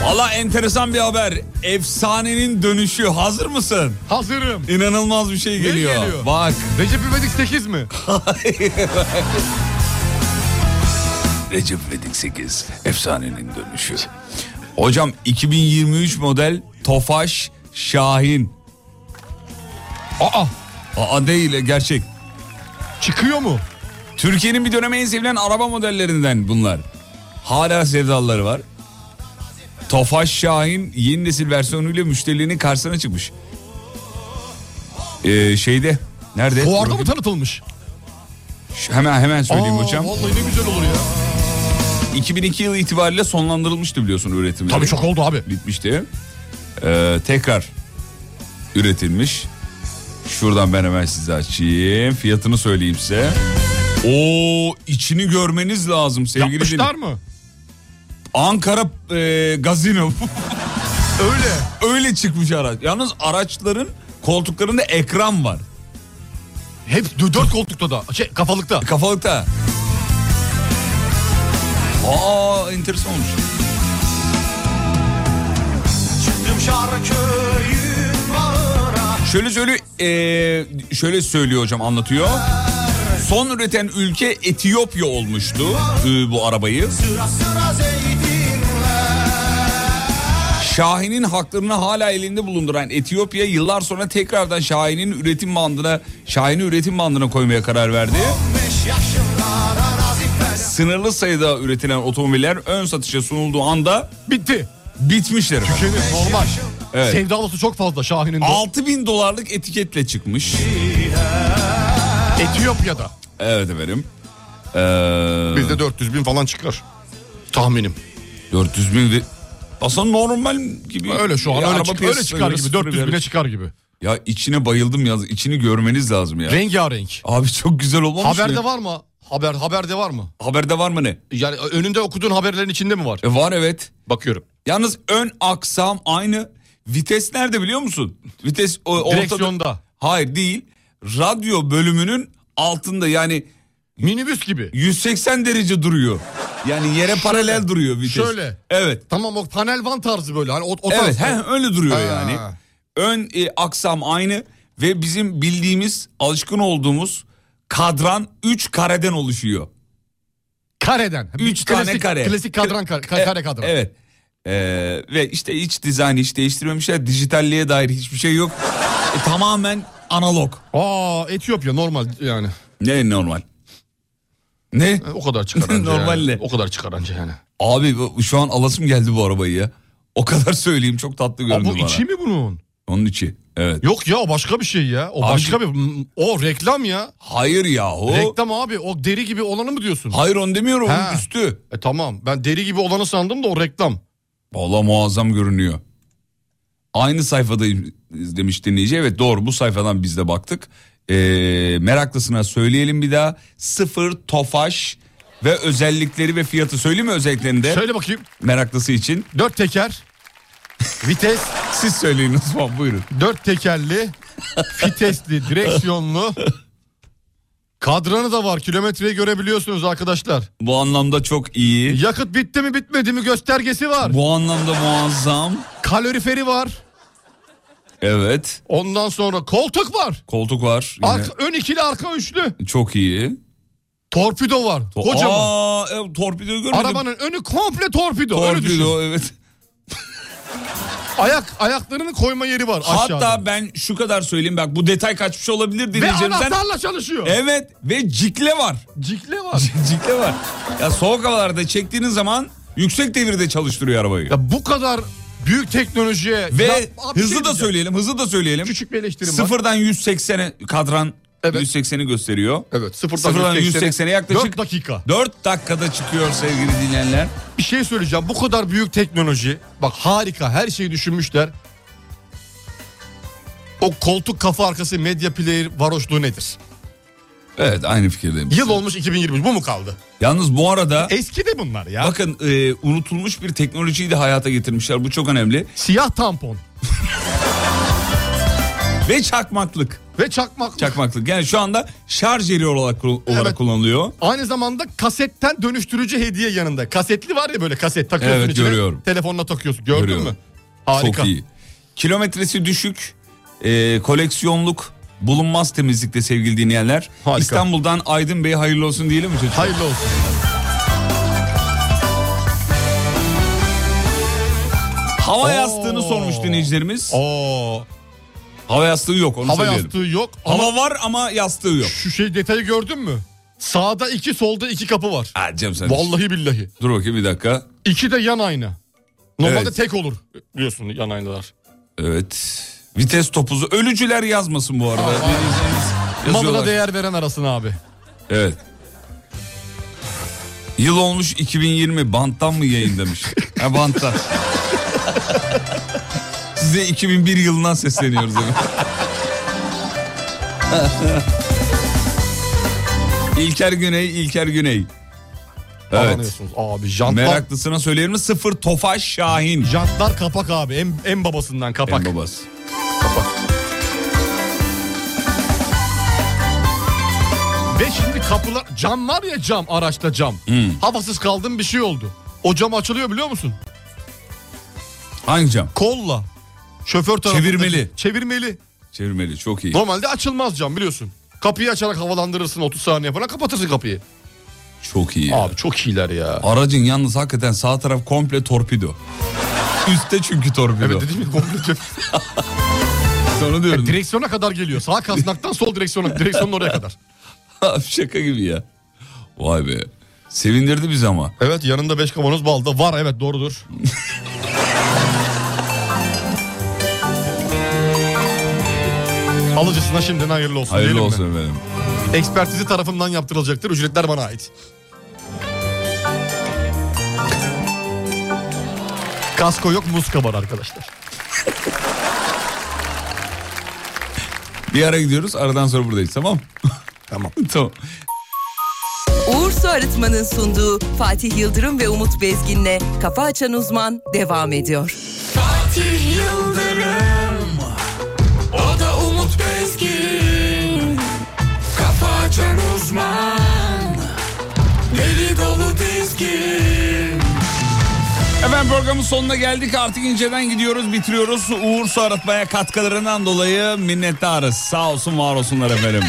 Valla enteresan bir haber. Efsanenin dönüşü. Hazır mısın?
Hazırım.
İnanılmaz bir şey geliyor.
geliyor?
Bak.
Recep İvedik 8 mi?
Recep İvedik 8. Efsanenin dönüşü. Hocam 2023 model Tofaş Şahin. Aa. Aa değil gerçek.
Çıkıyor mu?
Türkiye'nin bir döneme en sevilen araba modellerinden bunlar. Hala sevdaları var. Tofaş Şahin yeni nesil versiyonuyla müşterilerinin karşısına çıkmış. Ee, şeyde nerede?
Fuarda mı tanıtılmış?
Şu- Hemen hemen söyleyeyim hocam.
Vallahi ne güzel olur ya.
2002 yılı itibariyle sonlandırılmıştı biliyorsun üretimi. Tabii
çok oldu abi.
Bitmişti. Ee, tekrar üretilmiş. Şuradan ben hemen size açayım. Fiyatını söyleyeyim size. O içini görmeniz lazım sevgili
Yapmışlar
dinley-
mı?
Ankara e, Gazino. Öyle. Öyle çıkmış araç. Yalnız araçların koltuklarında ekran var.
Hep d- dört koltukta da. Şey kafalıkta.
Kafalıkta. Aa enteresan olmuş.
Çıktım Şarköy'ün bağına
Şöyle söylüyor, eee, şöyle söylüyor hocam anlatıyor. Son üreten ülke Etiyopya olmuştu eee, bu arabayı.
Sıra sıra zeytinler
Şahin'in haklarını hala elinde bulunduran Etiyopya yıllar sonra tekrardan Şahin'in üretim bandına Şahin'i üretim bandına koymaya karar verdi.
15 yaşımlara nazife
Sınırlı sayıda üretilen otomobiller ön satışa sunulduğu anda
bitti.
Bitmişler. efendim.
Tükenir normal.
Evet.
Sevdalısı çok fazla Şahin'in de.
6000 dolarlık etiketle çıkmış.
Etiyopya'da.
Evet efendim. Ee,
Bizde 400 bin falan çıkar. Tahminim.
400 bin de... Aslında normal gibi.
Öyle şu an
Ya
öyle,
araba
çık- öyle
piyasasına
çıkar
göre
gibi.
sıfır
400
bir
bine
araç.
çıkar gibi.
Ya içine bayıldım yaz. İçini görmeniz lazım ya.
Rengarenk.
Abi çok güzel olmamış
Haberde
mı? ya?
var mı? Haber haberde var mı?
Haberde var mı ne?
Yani önünde okuduğun haberlerin içinde mi var?
E, var evet.
Bakıyorum.
Yalnız ön aksam aynı. Vites nerede biliyor musun? Vites o, ortada.
Direksiyonda.
Hayır değil. Radyo bölümünün altında yani.
Minibüs gibi.
180 derece duruyor. Yani yere paralel duruyor vites.
Şöyle.
Evet.
Tamam o panel van tarzı böyle. Hani o, o
evet
tarz.
he, öyle duruyor
Ha.
yani. Ön e, aksam aynı ve bizim bildiğimiz alışkın olduğumuz kadran 3 kareden oluşuyor.
Kareden.
Üç
klasik,
tane kare.
Klasik kadran kar- ka- kare kadran.
E, Evet. Ee, ve işte iç dizayn hiç değiştirmemişler. Dijitalliğe dair hiçbir şey yok. E, tamamen analog.
Aa Etiyopya normal yani. E,
Ne normal? Ne?
O kadar çıkar anca
Normal
yani.
ne?
O kadar çıkar anca yani.
Abi bu- şu an alasım geldi bu arabayı ya. O kadar söyleyeyim çok tatlı göründü
bu
bana.
içi mi bunun?
Onun içi. Evet.
Yok ya o başka bir şey ya. O
Abi-
başka bir o reklam ya.
Hayır yahu.
Reklam abi o deri gibi olanı mı diyorsun?
Hayır onu demiyorum
Ha.
onun üstü.
E tamam ben deri gibi olanı sandım da o reklam.
Valla muazzam görünüyor. Aynı sayfadayım demiş dinleyici. Evet doğru bu sayfadan biz de baktık. Ee, meraklısına söyleyelim bir daha. Sıfır tofaş ve özellikleri ve fiyatı söyleyeyim mi özelliklerini de?
Söyle bakayım.
Meraklısı için.
Dört teker. Vites.
Siz söyleyin Osman buyurun.
Dört tekerli, vitesli, direksiyonlu. Kadranı da var. Kilometreyi görebiliyorsunuz arkadaşlar.
Bu anlamda çok iyi.
Yakıt bitti mi bitmedi mi göstergesi var.
Bu anlamda muazzam.
Kaloriferi var.
Evet.
Ondan sonra koltuk var.
Koltuk var. Yine.
Arka, ön ikili arka üçlü.
Çok iyi.
Torpido var.
To-
Kocaman.
Aa, e, torpidoyu görmedim.
Arabanın önü komple torpido. Öyle düşün.
Torpido evet.
Ayak ayaklarını koyma yeri var aşağıda.
Hatta ben şu kadar söyleyeyim bak bu detay kaçmış olabilir
Ve
dinleyicilerimizden.
anahtarla çalışıyor.
Evet ve cikle var.
Cikle var.
cikle var. Ya soğuk havalarda çektiğiniz zaman yüksek devirde çalıştırıyor arabayı.
Ya bu kadar büyük teknolojiye
Ve
Ya- Abi bir
hızlı
şey
da
diyeceğim.
söyleyelim, hızlı da söyleyelim.
Küçük bir eleştirim var.
Sıfırdan 180'e kadran 180'i gösteriyor.
Evet sıfırdan,
Sıfırdan
180'e
180'e yaklaşık
4 dakika.
4 dakikada çıkıyor sevgili dinleyenler.
Bir şey söyleyeceğim. Bu kadar büyük teknoloji. Bak harika her şeyi düşünmüşler. O koltuk kafa arkası medya player varoşluğu nedir?
Evet aynı fikirdeyim.
Yıl olmuş 2020 bu mu kaldı?
Yalnız bu arada
Eski de bunlar ya.
bakın e, unutulmuş bir teknolojiyi de hayata getirmişler. Bu çok önemli.
Siyah tampon
Ve çakmaklık.
ve çakmak.
Çakmaklık. Yani şu anda şarj yeri olarak, olarak
Evet.
kullanılıyor.
Aynı zamanda kasetten dönüştürücü hediye yanında. Kasetli var ya böyle kaset takıyorsun
Evet,
içine.
görüyorum.
Telefonla takıyorsun. Gördün
Görüyorum.
mü? Harika.
Çok iyi. Kilometresi düşük, e, koleksiyonluk, bulunmaz temizlikte sevgili dinleyenler.
Harika.
İstanbul'dan Aydın Bey hayırlı olsun diyelim mi çocuklar?
Hayırlı olsun.
Hava yastığını sormuş dinleyicilerimiz.
Oo.
Hava yastığı yok onu
Hava
söyleyelim.
yastığı yok.
Hava
Ama
var ama yastığı yok.
şu şey detayı gördün mü? Sağda iki solda iki kapı var.
Ha, Cem sen.
Vallahi billahi.
Dur bakayım bir dakika.
İki de yan ayna. Normalde
Evet.
tek olur biliyorsun yan aynalar.
Evet. Vites topuzu. Ölücüler yazmasın bu arada. Dinleyicilerimiz
Malına
yazıyorlar.
değer veren arasın abi.
Evet. Yıl olmuş 2020 banttan mı yayın demiş. Ha banttan. Size 2001 yılından sesleniyoruz efendim. İlker Güney, İlker Güney. Evet.
Anlıyorsunuz abi jantlar,
Meraklısına söyleyelim mi? Sıfır Tofaş Şahin.
jantlar kapak abi en, en babasından kapak.
En babası.
Ve şimdi kapılar cam var ya cam araçta cam.
Hmm.
Havasız kaldım bir şey oldu. O cam açılıyor biliyor musun?
Hangi cam?
Kolla. Şoför tarafında.
Çevirmeli.
Çevirmeli.
Çevirmeli çok iyi.
Normalde açılmaz cam biliyorsun. Kapıyı açarak havalandırırsın 30 saniye falan kapatırsın kapıyı.
Çok iyi. ya.
Abi çok iyiler ya.
Aracın yalnız hakikaten sağ taraf komple torpido. Üste çünkü torpido.
Evet dedim ya komple E,
Sonra diyorum.
Direksiyona kadar geliyor. Sağ kasnaktan sol direksiyona, direksiyonun oraya kadar.
Abi Şaka gibi ya. Vay be. Sevindirdi bizi ama.
Evet yanında 5 kavanoz bal da var evet doğrudur. Alıcısına şimdiden hayırlı olsun.
Hayırlı
diyelim mi?
olsun efendim.
Ekspertizi tarafından yaptırılacaktır. Ücretler bana ait. Kasko yok muz kabar arkadaşlar.
Bir ara gidiyoruz. Aradan sonra buradayız tamam mı?
Tamam.
tamam.
Uğur Su Arıtma'nın sunduğu Fatih Yıldırım ve Umut Bezgin'le Kafa Açan Uzman devam ediyor.
Fatih Yıldırım O da Umut Bezgin Kafa açan uzman Deli dolu dizgin
Efendim programın sonuna geldik. Artık inceden gidiyoruz, bitiriyoruz. Uğur Su Arıtma'ya katkılarından dolayı minnettarız. Sağ olsun, var olsunlar efendim.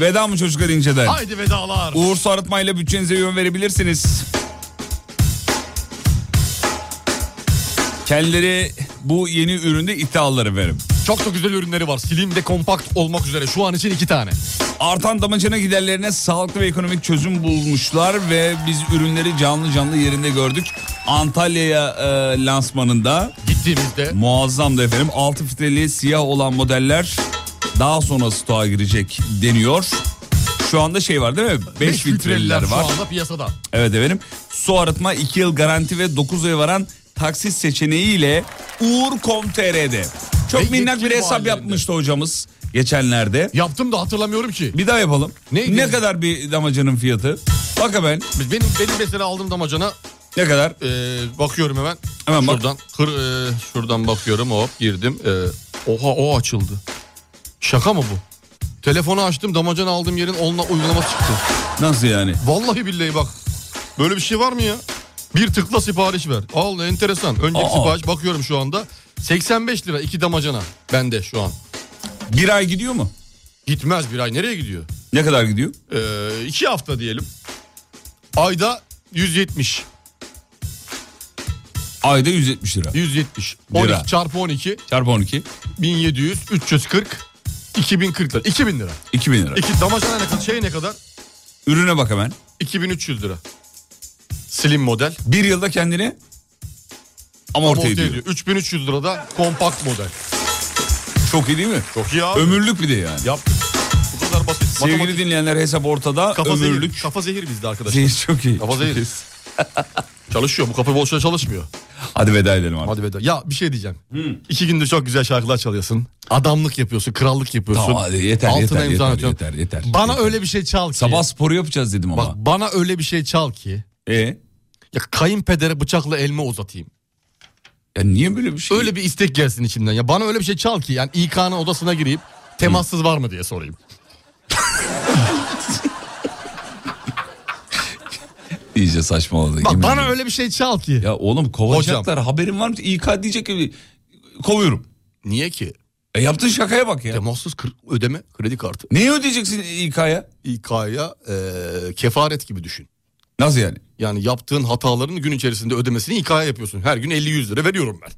Veda mı çocuklar inceden?
Haydi vedalar.
Şey Uğur Su Arıtma'yla bütçenize yön verebilirsiniz. Kendileri bu yeni üründe iddiaları verim.
Çok da güzel ürünleri var. Slim ve kompakt olmak üzere. Şu an için iki tane.
Artan damacana giderlerine sağlıklı ve ekonomik çözüm bulmuşlar ve biz ürünleri canlı canlı yerinde gördük. Antalya'ya e, lansmanında
gittiğimizde
muazzamdı efendim. Altı fitreli siyah olan modeller daha sonra stoğa girecek deniyor. Şu anda şey var değil mi? 5
Filtreler
filtreliler var.
Şu anda piyasada.
Evet efendim. Su arıtma 2 yıl garanti ve 9 aya varan taksit seçeneğiyle Uğur.com.tr'de. Çok minnak bir hesap yapmıştı hocamız geçenlerde.
Yaptım da hatırlamıyorum ki.
Bir daha yapalım.
Neydi?
Ne kadar bir damacanın fiyatı? Bak hemen.
Benim, benim mesela aldığım damacana
ne kadar?
bakıyorum hemen.
Hemen bak.
şuradan, Kır, e, şuradan bakıyorum hop girdim. E, oha o açıldı. Şaka mı bu? Telefonu açtım damacana aldığım yerin onunla uygulaması çıktı.
Nasıl yani?
Vallahi billahi bak. Böyle bir şey var mı ya? Bir tıkla sipariş ver. Al enteresan. Önceki
Aa.
sipariş bakıyorum şu anda. 85 lira iki damacana bende şu an.
Bir ay gidiyor mu?
Gitmez bir ay. Nereye gidiyor?
Ne kadar gidiyor?
Ee, iki hafta diyelim. Ayda 170.
Ayda 170 lira.
170.
Lira.
12 çarpı 12.
Çarpı 12.
1700, 340, 2040 lira. 2000 lira.
2000 lira.
İki damacana ne kadar? Şey ne kadar?
Ürüne bak hemen.
2300 lira. Slim model.
Bir yılda kendini amorti, ediyor.
3300 lira da kompakt model.
Çok iyi değil mi?
Çok iyi abi.
Ömürlük bir de yani.
Yaptık. Bu kadar basit.
Sevgili dinleyenler hesap ortada.
Kafa
ömürlük.
zehir. Kafa zehir bizde arkadaşlar.
Zehir çok iyi.
Kafa zehir. Çalışıyor. Bu kafa boşuna çalışmıyor.
Hadi veda edelim artık.
Hadi veda. Ya bir şey diyeceğim. İki gündür çok güzel şarkılar çalıyorsun. Adamlık yapıyorsun. Krallık yapıyorsun.
Tamam hadi yeter
Altına
yeter,
imza
yeter,
atıyorsun.
yeter yeter.
Bana öyle bir şey çal ki.
Sabah sporu yapacağız dedim ama.
Bak bana öyle bir şey çal ki.
E
Ya kayınpedere bıçakla elma uzatayım.
Ya niye böyle bir şey?
Öyle bir istek gelsin içimden. Ya bana öyle bir şey çal ki yani İK'nın odasına gireyim temassız var mı diye sorayım.
iyice saçmaladı.
Bak
Yemin
bana
ediyorum.
öyle bir şey çal ki.
Ya oğlum kovacaklar haberin var mı? İK diyecek ki kovuyorum.
Niye ki?
E yaptığın şakaya bak ya.
Temassız kır- ödeme kredi kartı.
Neyi ödeyeceksin İK'ya?
İK'ya eee, kefaret gibi düşün.
Nasıl yani?
Yani yaptığın hataların gün içerisinde ödemesini İK'ya yapıyorsun. Her gün 50-100 lira veriyorum ben.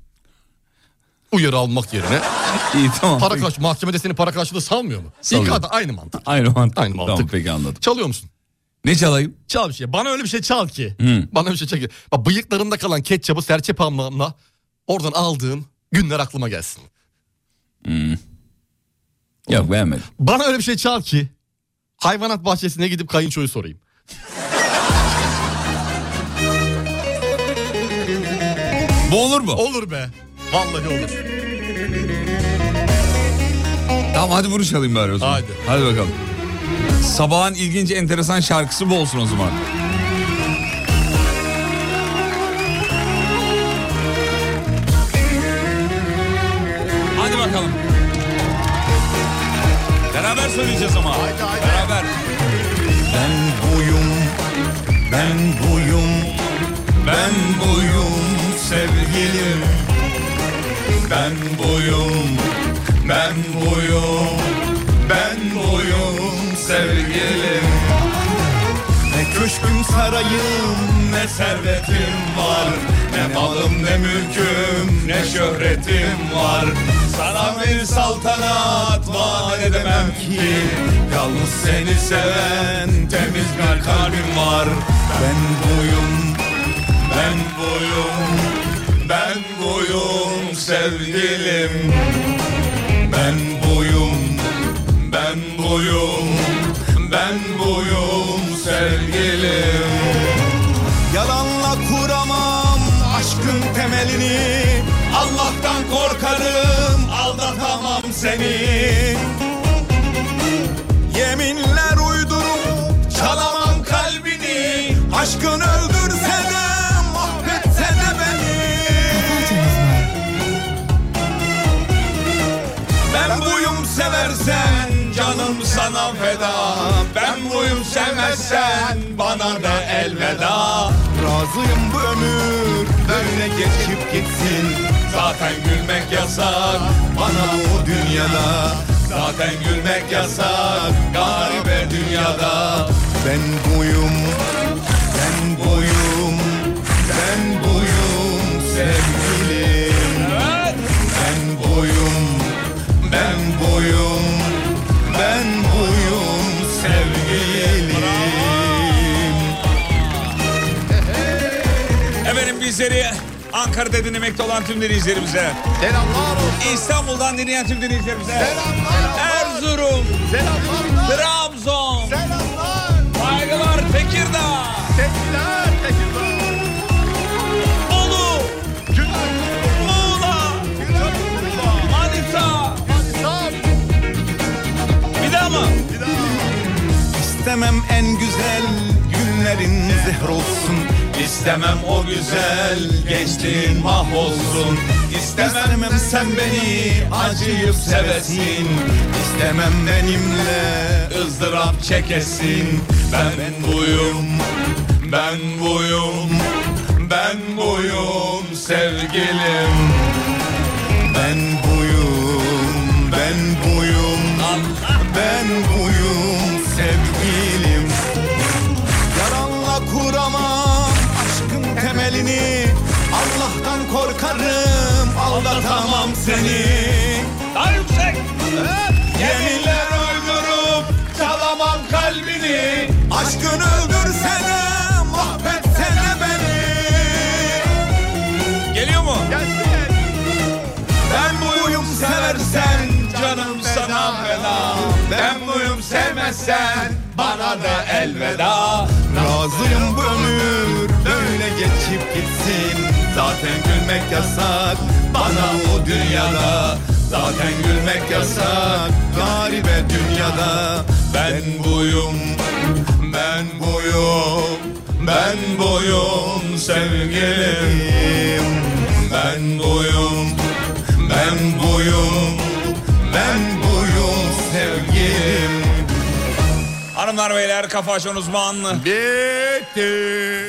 Uyarı almak yerine.
İyi tamam.
Para karşı, mahkemede seni para karşılığı salmıyor mu?
Salıyor.
İK'da aynı mantık.
Aynı mantık.
Aynı mantık.
Tamam peki anladım.
Çalıyor musun?
Ne çalayım?
Çal bir şey. Bana öyle bir şey çal ki.
Hı.
Bana bir şey çal ki. Bak bıyıklarımda kalan ketçabı serçe parmağımla oradan aldığım günler aklıma gelsin.
Yok beğenmedim.
Bana öyle bir şey çal ki hayvanat bahçesine gidip kayınçoyu sorayım.
Bu olur mu?
Olur be. Vallahi olur.
Tamam hadi bunu çalayım bari o zaman.
Hadi.
Hadi bakalım. Sabahın ilginç enteresan şarkısı bu olsun o zaman. Hadi bakalım. Beraber söyleyeceğiz ama. Beraber.
Ben buyum, ben buyum, ben buyum sevgilim. Ben buyum, ben buyum, ben buyum sevgilim. Ne köşküm sarayım, ne servetim var. Ne malım ne mülküm, ne şöhretim var. Sana bir saltanat vaat edemem ki. Yalnız seni seven temiz bir kalbim var. Ben buyum, ben buyum, ben buyum sevgilim. Ben buyum, ben buyum, ben buyum sevgilim. Yalanla kuramam aşkın temelini. Allah'tan korkarım, aldatamam seni. Yeminler uydurup çalamam kalbini Aşkın öldürse de mahvetse de beni Ben buyum seversen canım sana feda Ben buyum sevmezsen bana da elveda Razıyım bu ömür böyle geçip gitsin Zaten gülmek yasak bana bu dünyada Zaten gülmek yasak garibe dünyada Ben buyum, ben buyum, ben buyum sevgilim Ben buyum, ben buyum, ben buyum sevgilim
Efendim bizleri Ankara'da dinlemekte olan tüm dinleyicilerimize.
Selamlar
İstanbul'dan dinleyen tüm dinleyicilerimize. Erzurum. Trabzon. Saygılar Tekirdağ.
Tekirdağ, Tekirdağ.
Bolu. Muğla. Manisa. Bir daha mı?
İstemem en güzel günlerin zehr olsun İstemem o güzel gençliğin mahvolsun İstemem sen beni acıyıp sevesin İstemem benimle ızdırap çekesin Ben buyum, ben buyum, ben buyum sevgilim Ben buyum, ben buyum, ben buyum sevgilim Yalanla kuramam aşkın temelini Allah'tan korkarım aldatamam seni Daha yüksek Yeminler öldürüp çalamam kalbini Aşkın öldürsene mahvetsene beni
Geliyor mu?
Gelsin ben buyum seversen canım sana feda Ben buyum sevmezsen bana da elveda Razıyım bu ömür böyle geçip gitsin Zaten gülmek yasak bana o dünyada Zaten gülmek yasak garibe dünyada Ben buyum, ben buyum, ben buyum sevgilim Ben buyum, ben buyum, ben buyum sevgilim
Hanımlar beyler kafa açan uzman.
Bitti.